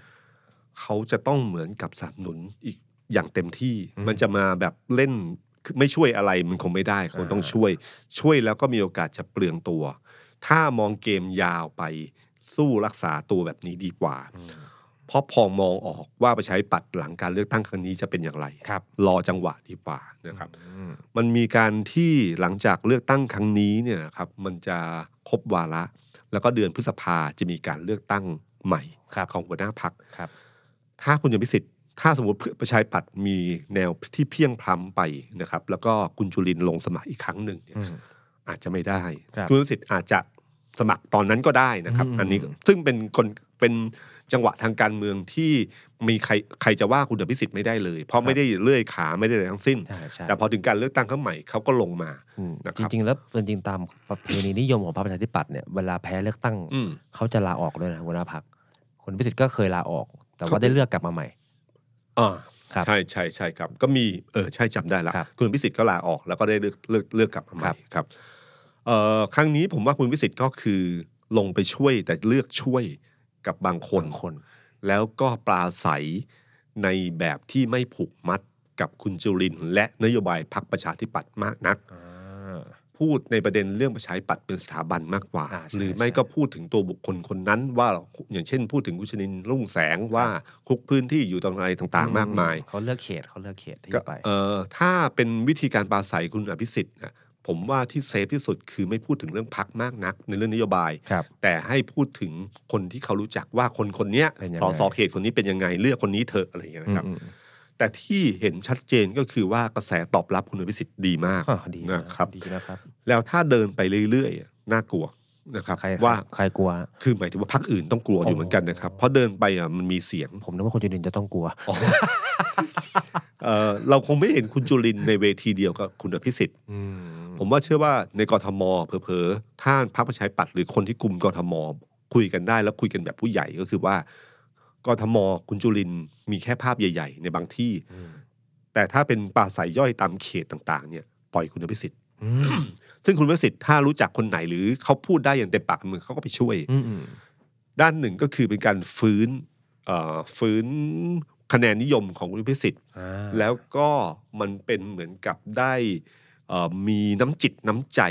[SPEAKER 2] เขาจะต้องเหมือนกับสนับสนุนอีกอย่างเต็มที่
[SPEAKER 3] อืม
[SPEAKER 2] มันจะมาแบบเล่นคือไม่ช่วยอะไรมันคงไม่ได้คงต้อง
[SPEAKER 3] อ่า
[SPEAKER 2] ช่วย ช่วยแล้วก็มีโอกาสจะเปลืองตัว ถ้ามองเกมยาวไปสู้รักษาตัวแบบนี้ดีกว่า
[SPEAKER 3] อืม
[SPEAKER 2] เพราะพอมองออกว่าประชาธิปัตย์หลังการเลือกตั้งครั้งนี้จะเป็นอย่างไร
[SPEAKER 3] ครับ
[SPEAKER 2] รอจังหวะดีกว่านะครับ
[SPEAKER 3] อืม
[SPEAKER 2] มันมีการที่หลังจากเลือกตั้งครั้งนี้เนี่ยนะครับ มันจะครบวาระ แล้วก็เดือนพฤษภาจะมีการเลือกตั้งใหม่
[SPEAKER 3] ครับ
[SPEAKER 2] ของหัวหน้าพัก
[SPEAKER 3] ครับ
[SPEAKER 2] ถ้าคุณยมพิสิทธิ์ ถ้าสมมติประชาธิปัตย์มีแนวที่เพียงพล้ำไปนะครับ แล้วก็คุณจุลินทร์ลงสมัครอีกครั้งหนึ่งเนี่ย
[SPEAKER 3] อืม
[SPEAKER 2] อาจจะไม่ได้
[SPEAKER 3] ครับ
[SPEAKER 2] คุณอนุสิทธิ์อาจจะสมัครตอนนั้นก็ได้นะครับ
[SPEAKER 3] อืม
[SPEAKER 2] อันนี้ซึ่งเป็นคนเป็นจังหวะทางการเมืองที่มีใครใครจะว่าคุณอภิสิทธิ์ไม่ได้เลย เพ
[SPEAKER 3] ครั
[SPEAKER 2] ราะ
[SPEAKER 3] บ
[SPEAKER 2] ไม่ได้เลื่อยขาไม่ได้อะไรทั้งสิ้น
[SPEAKER 3] ใช่ใช่
[SPEAKER 2] แต่พอถึงการเลือกตั้งครั้งใหม่เขาก็ลงมา
[SPEAKER 3] อืม
[SPEAKER 2] นะค
[SPEAKER 3] จ
[SPEAKER 2] รับ
[SPEAKER 3] ริงๆ แล้วจริงๆตามประเพณีนิยมของพรรคประชาธิปัตย์เนี่ยเวลาแพ้เลือกตั้ง
[SPEAKER 2] อืม
[SPEAKER 3] เขาจะลาออกด้วยนะหัวหน้าพรรคคนพิสิทธิ์ก็เคยลาออก แต่
[SPEAKER 2] ครั
[SPEAKER 3] ว่า
[SPEAKER 2] บ
[SPEAKER 3] ได้เลือกกลับมาใหม่
[SPEAKER 2] อ่า
[SPEAKER 3] ครับ
[SPEAKER 2] ใช่ใช่ใช่ครับ ก็มีเออใช่จำได้ละ
[SPEAKER 3] ครับ
[SPEAKER 2] คุณพิสิทธิ์ก็ลาออกแล้วก็ได้เลือกเลือกเลือกกลับมาให
[SPEAKER 3] ครั
[SPEAKER 2] ม่
[SPEAKER 3] บ
[SPEAKER 2] ครับเอ่อครั้งนี้ผมว่าคุณพิสิทธิ์ก็คือลงไปช่วยแต่เลือกช่วยกับบางคน
[SPEAKER 3] บางคน
[SPEAKER 2] แล้วก็ปราศัยในแบบที่ไม่ผูกมัดกับคุณจุรินทร์และนโยบายพรรคประชาธิปัตย์มากนัก พูดในประเด็นเรื่องประชาธิปัตย์เป็นสถาบันมากกว่า
[SPEAKER 3] อ่าใช่
[SPEAKER 2] หรือไม่
[SPEAKER 3] ใช่
[SPEAKER 2] ก็พูดถึงตัวบุคคลคนนั้น ว่าอย่างเช่น พูดถึงกุชนินทร์รุ่งแสงว่าคุกพื้นที่อยู่ตรงไหนต่างๆ มากมาย
[SPEAKER 3] เขาเลือกเขตเขาเลือกเขตที่
[SPEAKER 2] ก็
[SPEAKER 3] จะไป
[SPEAKER 2] เอ่อถ้าเป็นวิธีการปราศัยคุณอภิสิทธิ์นะผมว่าที่เซฟที่สุดคือไม่พูดถึงเรื่องพักมากนัก ในเรื่องนโยบาย
[SPEAKER 3] ครับ
[SPEAKER 2] แต่ให้พูดถึงคนที่เขารู้จักว่าคนคนเนี้ย
[SPEAKER 3] เป็นยัง
[SPEAKER 2] ส
[SPEAKER 3] ไง
[SPEAKER 2] อสอเขตคนนี้เป็นยังไงเลือกคนนี้เถอะอะไรอย่างเงี้ยนะครับ
[SPEAKER 3] อืม
[SPEAKER 2] แต่ที่เห็นชัดเจนก็คือว่ากระแสตอบรับคุณอภิสิทธิ์ดีมาก
[SPEAKER 3] อ่ะดีนะ
[SPEAKER 2] นะค
[SPEAKER 3] ค
[SPEAKER 2] รั
[SPEAKER 3] รับ บดีนะครับ
[SPEAKER 2] แล้วถ้าเดินไปเรื่อยๆน่ากลัวนะครับ
[SPEAKER 3] ใคร
[SPEAKER 2] ว่า
[SPEAKER 3] ใครกลัว
[SPEAKER 2] คือหมายถึงว่าพรรคอื่นต้องกลัวอยู่เหมือนกันนะครับ เพราะเดินไปอ่ะมันมีเสียง
[SPEAKER 3] ผมนึกว่าคนจุลินจะต้องกลัว
[SPEAKER 2] เอ่อเราคงไม่เห็นคุณจุลินทร์ในเวทีเดียวกับคุณอภิสิทธิ์
[SPEAKER 3] อื
[SPEAKER 2] ผมว่าเชื่อว่าในกรทมเผลอๆถ้าพรรคประชาธิปัตย์หรือคนที่กลุ่มกรทมคุยกันได้ แล้วคุยกันแบบผู้ใหญ่ก็คือว่ากรทมคุณจุลินทร์มีแค่ภาพใหญ่ ๆ ในบางที่
[SPEAKER 3] อืม
[SPEAKER 2] แต่ถ้าเป็นปราศัยย่อยตามเขตต่างๆเนี่ยปล่อยคุณอภิสิทธิ์
[SPEAKER 3] อืม
[SPEAKER 2] ซึ่งคุณวสิทธิ์ถ้ารู้จักคนไหนหรือเขาพูดได้อย่างเต็มปากเต็มมือเขาก็ไปช่วย
[SPEAKER 3] อืมอืม
[SPEAKER 2] ด้านหนึ่งก็คือเป็นการฟื้นเอ่อฟื้นคะแนนนิยมของคุณพิสิทธิ์
[SPEAKER 3] อ่า
[SPEAKER 2] แล้วก็มันเป็นเหมือนกับได้เอ่อมีน้ำจิตน้ำใจ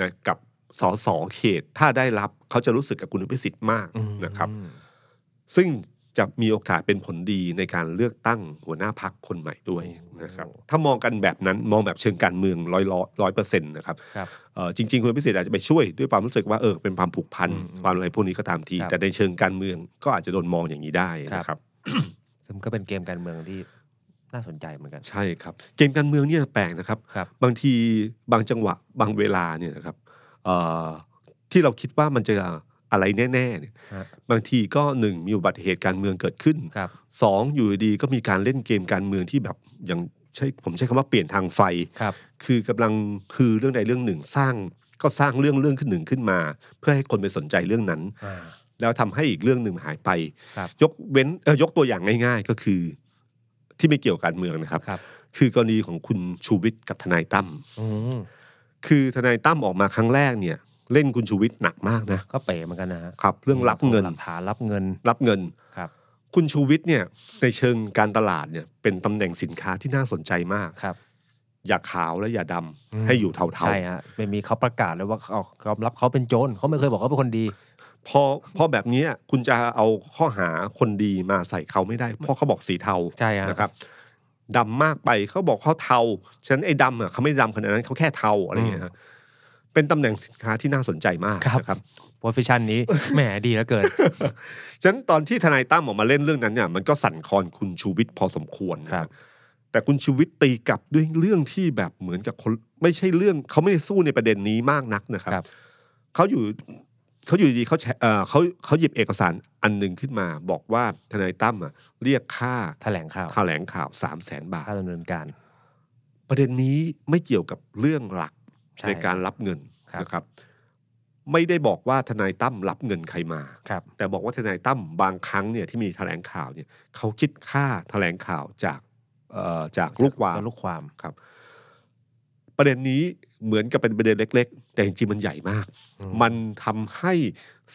[SPEAKER 2] นะกับสสเขต ถ้าได้รับเขาจะรู้สึกกับคุณพิสิทธิ์มาก
[SPEAKER 3] อืม
[SPEAKER 2] นะครับ
[SPEAKER 3] อืม
[SPEAKER 2] ซึ่ง จะมีโอกาสเป็นผลดีในการเลือกตั้งหัวหน้าพักคนใหม่ด้วยนะครับถ้ามองกันแบบนั้นมองแบบเชิงการเมืองร้อยร้อยเปอร์เซ็นต์นะครับ
[SPEAKER 3] ครับ
[SPEAKER 2] เอ่อจริง ๆ คุณพิเศษอาจจะไปช่วยด้วยความรู้สึกว่าเออเป็นความผูกพัน
[SPEAKER 3] อืมอืม
[SPEAKER 2] ความอะไรพวกนี้ก็ตามที
[SPEAKER 3] ครับ
[SPEAKER 2] แต่ในเชิงการเมืองก็อาจจะโดนมองอย่างนี้ได้
[SPEAKER 3] ครับ
[SPEAKER 2] นะครับ
[SPEAKER 3] ซึ่งก็เป็นเกมการเมืองที่น่าสนใจเหมือนกัน
[SPEAKER 2] ใช่ครับ เกมการเมืองเนี่ยแปลกนะครับ
[SPEAKER 3] ครับ
[SPEAKER 2] บางทีบางจังหวะบางเวลาเนี่ยนะครับเอ่อที่เราคิดว่ามันจะอะไรแน่ๆเนี่ย
[SPEAKER 3] ฮะ
[SPEAKER 2] บางทีก็หนึ่งมีอุบัติเหตุการเมืองเกิดขึ้น
[SPEAKER 3] ครับ
[SPEAKER 2] สองอยู่ดีๆก็มีการเล่นเกมการเมืองที่แบบอย่างใช้ผมใช้คำว่าเปลี่ยนทางไฟ
[SPEAKER 3] ครับ
[SPEAKER 2] คือกำลังคือเรื่องใดเรื่องหนึ่งสร้างก็สร้างเรื่องเรื่องขึ้นหนึ่งขึ้นมา เพื่อให้คนไปสนใจเรื่องนั้น แล้วทำให้อีกเรื่องหนึ่งหายไป
[SPEAKER 3] ครับ
[SPEAKER 2] ยกเว้นเอ่อยกตัวอย่างง่าย ๆ ก็คือ ที่ไม่เกี่ยวกับการเมืองนะครับ
[SPEAKER 3] ครับ
[SPEAKER 2] คือกรณีของคุณชูวิทย์กับทนายตั้ม
[SPEAKER 3] อืม
[SPEAKER 2] คือทนายตั้มออกมาครั้งแรกเนี่ย เล่นคุณชูวิทย์หนักมากนะ
[SPEAKER 3] ก็เป๋เหมือนกันนะฮะ
[SPEAKER 2] ครับ เรื่องรับเงิน
[SPEAKER 3] หลักฐานรับเงิน
[SPEAKER 2] รับเงิน
[SPEAKER 3] ครับ
[SPEAKER 2] คุณชูวิทย์เนี่ยในเชิงการตลาดเนี่ยเป็นตำแหน่งสินค้าที่น่าสนใจมาก
[SPEAKER 3] ครับ
[SPEAKER 2] อย่าขาวและอย่าดำ
[SPEAKER 3] อืม
[SPEAKER 2] ให้อยู่เทา
[SPEAKER 3] ใช่ฮะไม่มีเขาประกาศเลยว่าเขายอมรับเขาเป็นโจรเขาไม่เคยบอกเขาเป็นคนดี
[SPEAKER 2] ๆพอพอแบบเนี้ยคุณจะเอาข้อหาคนดีมาใส่เขาไม่ได้ เพราะเขาบอกสีเทา
[SPEAKER 3] ใช่ฮะ
[SPEAKER 2] นะครับดำมากไปเขาบอกเขาเทาฉะนั้นไอ้ดำอะเขาไม่ได้ดำขนาดนั้นเขาแค่เทาอะไรอย่างเงี้ยฮะเป็นตำแหน่งสินค้าที่น่าสนใจมาก
[SPEAKER 3] ครับ
[SPEAKER 2] นะครับ
[SPEAKER 3] โพสฟิชันนี้ แหมดีแล้วเกิน
[SPEAKER 2] ฉะนั้นตอนที่ทนายตั้มออกมาเล่นเรื่องนั้นเนี่ยมันก็สั่นคลอนคุณชูวิทย์พอสมควรนะครับ แต่คุณชูวิทย์ตีกลับด้วยเรื่องที่แบบเหมือนกับคนไม่ใช่เรื่องเขาไม่ได้สู้ในประเด็นนี้มากนักนะครับ
[SPEAKER 3] ครับ
[SPEAKER 2] เขาอยู่เขาอยู่ดีๆเขาแฉเอ่อเขาเขาหยิบเอกสารอันหนึ่งขึ้นมา บอกว่าทนายตั้มอ่ะเรียกค่า
[SPEAKER 3] แถลงข่าว
[SPEAKER 2] แถลงข่าวสามแสนบาท
[SPEAKER 3] ค่าดำเนินการ
[SPEAKER 2] ประเด็นนี้ไม่เกี่ยวกับเรื่องหลัก
[SPEAKER 3] ใช่
[SPEAKER 2] ในการรับเงิน
[SPEAKER 3] ครับ
[SPEAKER 2] นะครับ ไม่ได้บอกว่าทนายตั้มรับเงินใครมา
[SPEAKER 3] ครับ
[SPEAKER 2] แต่บอกว่าทนายตั้มบางครั้งเนี่ยที่มีแถลงข่าวเนี่ยเขาคิดค่าแถลงข่าวจากเอ่อจากลูกความ
[SPEAKER 3] แล้วลูกความ
[SPEAKER 2] ครับ ประเด็นนี้เหมือนกับเป็นประเด็นเล็ก ๆ แต่จริงๆมันใหญ่มาก
[SPEAKER 3] อื
[SPEAKER 2] มันทำให้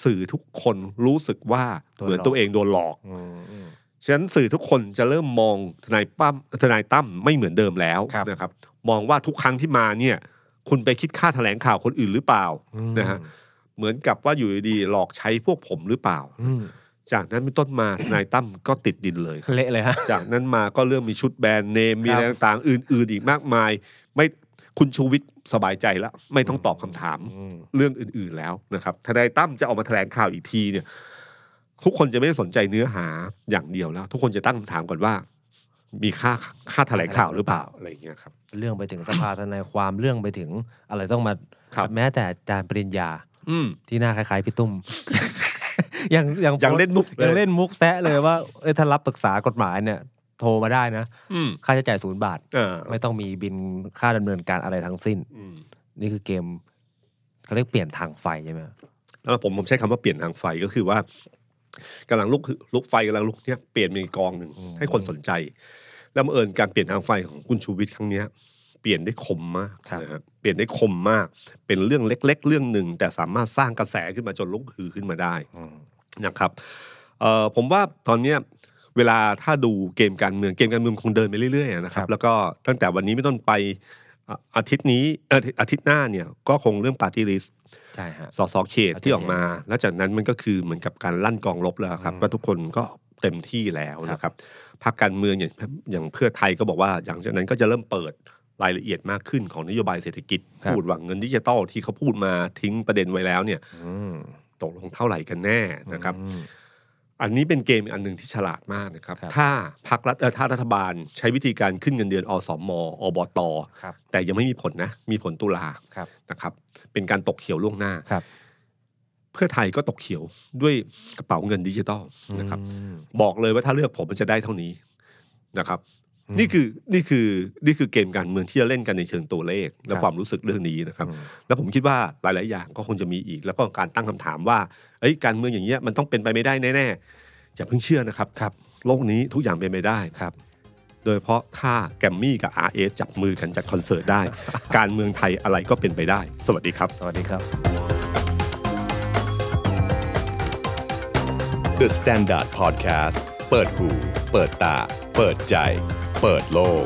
[SPEAKER 2] สื่อทุกคนรู้สึกว่า
[SPEAKER 3] โดนหลอก
[SPEAKER 2] เหมือนตัวเองโดนหลอก
[SPEAKER 3] อืมอืม
[SPEAKER 2] ฉะนั้นสื่อทุกคนจะเริ่มมองทนายปั้มทนายตั้มไม่เหมือนเดิมแล้ว
[SPEAKER 3] ครับ
[SPEAKER 2] นะครับ มองว่าทุกครั้งที่มาเนี่ย คุณไปคิดค่าแถลงข่าวคนอื่นหรือเปล่า
[SPEAKER 3] อืม
[SPEAKER 2] นะฮะ เหมือนกับว่าอยู่ดีๆหลอกใช้พวกผมหรือเปล่า
[SPEAKER 3] อืม
[SPEAKER 2] จากนั้นเป็นต้นมา ทนายตั้มก็ติดดินเลยครับ
[SPEAKER 3] เละเลยฮะ
[SPEAKER 2] จากนั้นมาก็เริ่มมีชุดแบรนด์เนม มี
[SPEAKER 3] ครับ
[SPEAKER 2] อะไรต่างๆ อื่น ๆ อีกมากมาย ไม่คุณชูวิทย์สบายใจแล้ว ไม่ต้องตอบคำถาม
[SPEAKER 3] อืม
[SPEAKER 2] เรื่องอื่น ๆ แล้วนะครับ ทนายตั้มจะออกมาแถลงข่าวอีกทีเนี่ย ทุกคนจะไม่สนใจเนื้อหาอย่างเดียวแล้ว ทุกคนจะตั้งคำถามก่อนว่า มีค่าค่าแถลงข่าวหรือเปล่าอะไรอย่างเงี้ยครับ
[SPEAKER 3] เรื่องไปถึงสภาทนายความเรื่องไปถึงอะไรต้องมา
[SPEAKER 2] ครับ
[SPEAKER 3] แม้แต่อาจารย์ปริญญา
[SPEAKER 2] อืม
[SPEAKER 3] ที่หน้าคล้ายๆพี่ตุ้ม ยังยัง
[SPEAKER 2] ยังเล่นมุกเลย
[SPEAKER 3] ยังเล่นมุกแซะเลยว่าเอ้ยถ้ารับปรึกษากฎหมายเนี่ย โทรมาได้นะ
[SPEAKER 2] อืม
[SPEAKER 3] ค่าใช้จ่ายศูนย์บาท
[SPEAKER 2] เออ
[SPEAKER 3] ไม่ต้องมีบินค่าดำเนินการอะไรทั้งสิ้น
[SPEAKER 2] อืม
[SPEAKER 3] นี่คือเกมเขาเรียกเปลี่ยนทางไฟใช่ไหม
[SPEAKER 2] แล้วผมผมใช้คำว่าเปลี่ยนทางไฟก็คือว่ากำลังลุกลุกไฟกำลังลุกเนี่ยเปลี่ยนเป็นอีกกองหนึ่งให้คนสนใจ แล้วบังเอิญการเปลี่ยนทางไฟของคุณชูวิทย์ครั้งเนี้ย เปลี่ยนได้คมมากนะฮะเปลี่ยนได้คมมาก เป็นเรื่องเล็ก ๆ เรื่องหนึ่ง แต่สามารถสร้างกระแสขึ้นมาจนลุกฮือขึ้นมาได้
[SPEAKER 3] อืม
[SPEAKER 2] นะครับเอ่อผมว่าตอนเนี้ยเวลาถ้าดูเกมการเมืองเกมการเมืองคงเดินไปเรื่อยๆนะครับ แล้วก็ตั้งแต่วันนี้ไม่ต้นไปอ่ะอาทิตย์นี้เอ่ออาทิตย์หน้าเนี่ยก็คงเรื่องปาร์ตี้ลิส
[SPEAKER 3] ใช่ฮะ
[SPEAKER 2] สสเขตที่ออกมา แล้วจากนั้นมันก็คือเหมือนกับการลั่นกองลบแล้วครับ
[SPEAKER 3] อืม
[SPEAKER 2] ก็ทุกคนก็เต็มที่แล้วนะครับพรรคการเมืองอย่างอย่างเพื่อไทยก็บอกว่าหลังจากนั้นก็จะเริ่มเปิดรายละเอียดมากขึ้นของนโยบายเศรษฐกิจ
[SPEAKER 3] ครับ
[SPEAKER 2] พูดหวังเงินดิจิตอลที่เขาพูดมาทิ้งประเด็นไว้แล้วเนี่ย
[SPEAKER 3] อืม
[SPEAKER 2] ตกลงเท่าไหร่กันแน่นะครับ
[SPEAKER 3] อืม
[SPEAKER 2] อันนี้เป็นเกมอันหนึ่งที่ฉลาดมากนะครับ
[SPEAKER 3] ครับ
[SPEAKER 2] ถ้าพรรครัฐเอ่อถ้ารัฐบาลใช้วิธีการขึ้นเงินเดือนอสมอบต
[SPEAKER 3] ครับ
[SPEAKER 2] แต่ยังไม่มีผลนะมีผลตุลา
[SPEAKER 3] ครับ
[SPEAKER 2] นะครับ เป็นการตกเขียวล่วงหน้า
[SPEAKER 3] ครับ
[SPEAKER 2] เพื่อไทยก็ตกเขียวด้วยกระเป๋าเงินดิจิตอลนะครับ
[SPEAKER 3] อืม
[SPEAKER 2] บอกเลยว่าถ้าเลือกผมมันจะได้เท่านี้นะครับ
[SPEAKER 3] อืม
[SPEAKER 2] นี่คือนี่คือนี่คือเกมการเมืองที่จะเล่นกันในเชิงตัวเลข และ
[SPEAKER 3] ครับ
[SPEAKER 2] ความรู้สึกเรื่องนี้นะครับ
[SPEAKER 3] อืม
[SPEAKER 2] แล้วผมคิดว่าหลาย ๆ อย่างก็คงจะมีอีก แล้วก็การตั้งคำถามว่าเอ้ยการเมืองอย่างเงี้ยมันต้องเป็นไปไม่ได้แน่ ๆ อย่าเพิ่งเชื่อนะครับ
[SPEAKER 3] ครับ
[SPEAKER 2] โลกนี้ทุกอย่างเป็นไปได้
[SPEAKER 3] ครับ
[SPEAKER 2] โดยเฉพราะถ้าแกรมมี่กับ RS จับมือกันจัดคอนเสิร์ต ได้ การเมืองไทยอะไรก็เป็นไปได้ สวัสดีครับ
[SPEAKER 3] สวัสดีครับ
[SPEAKER 1] The Standard Podcast เปิดหูเปิดตา เปิดใจ เปิดโลก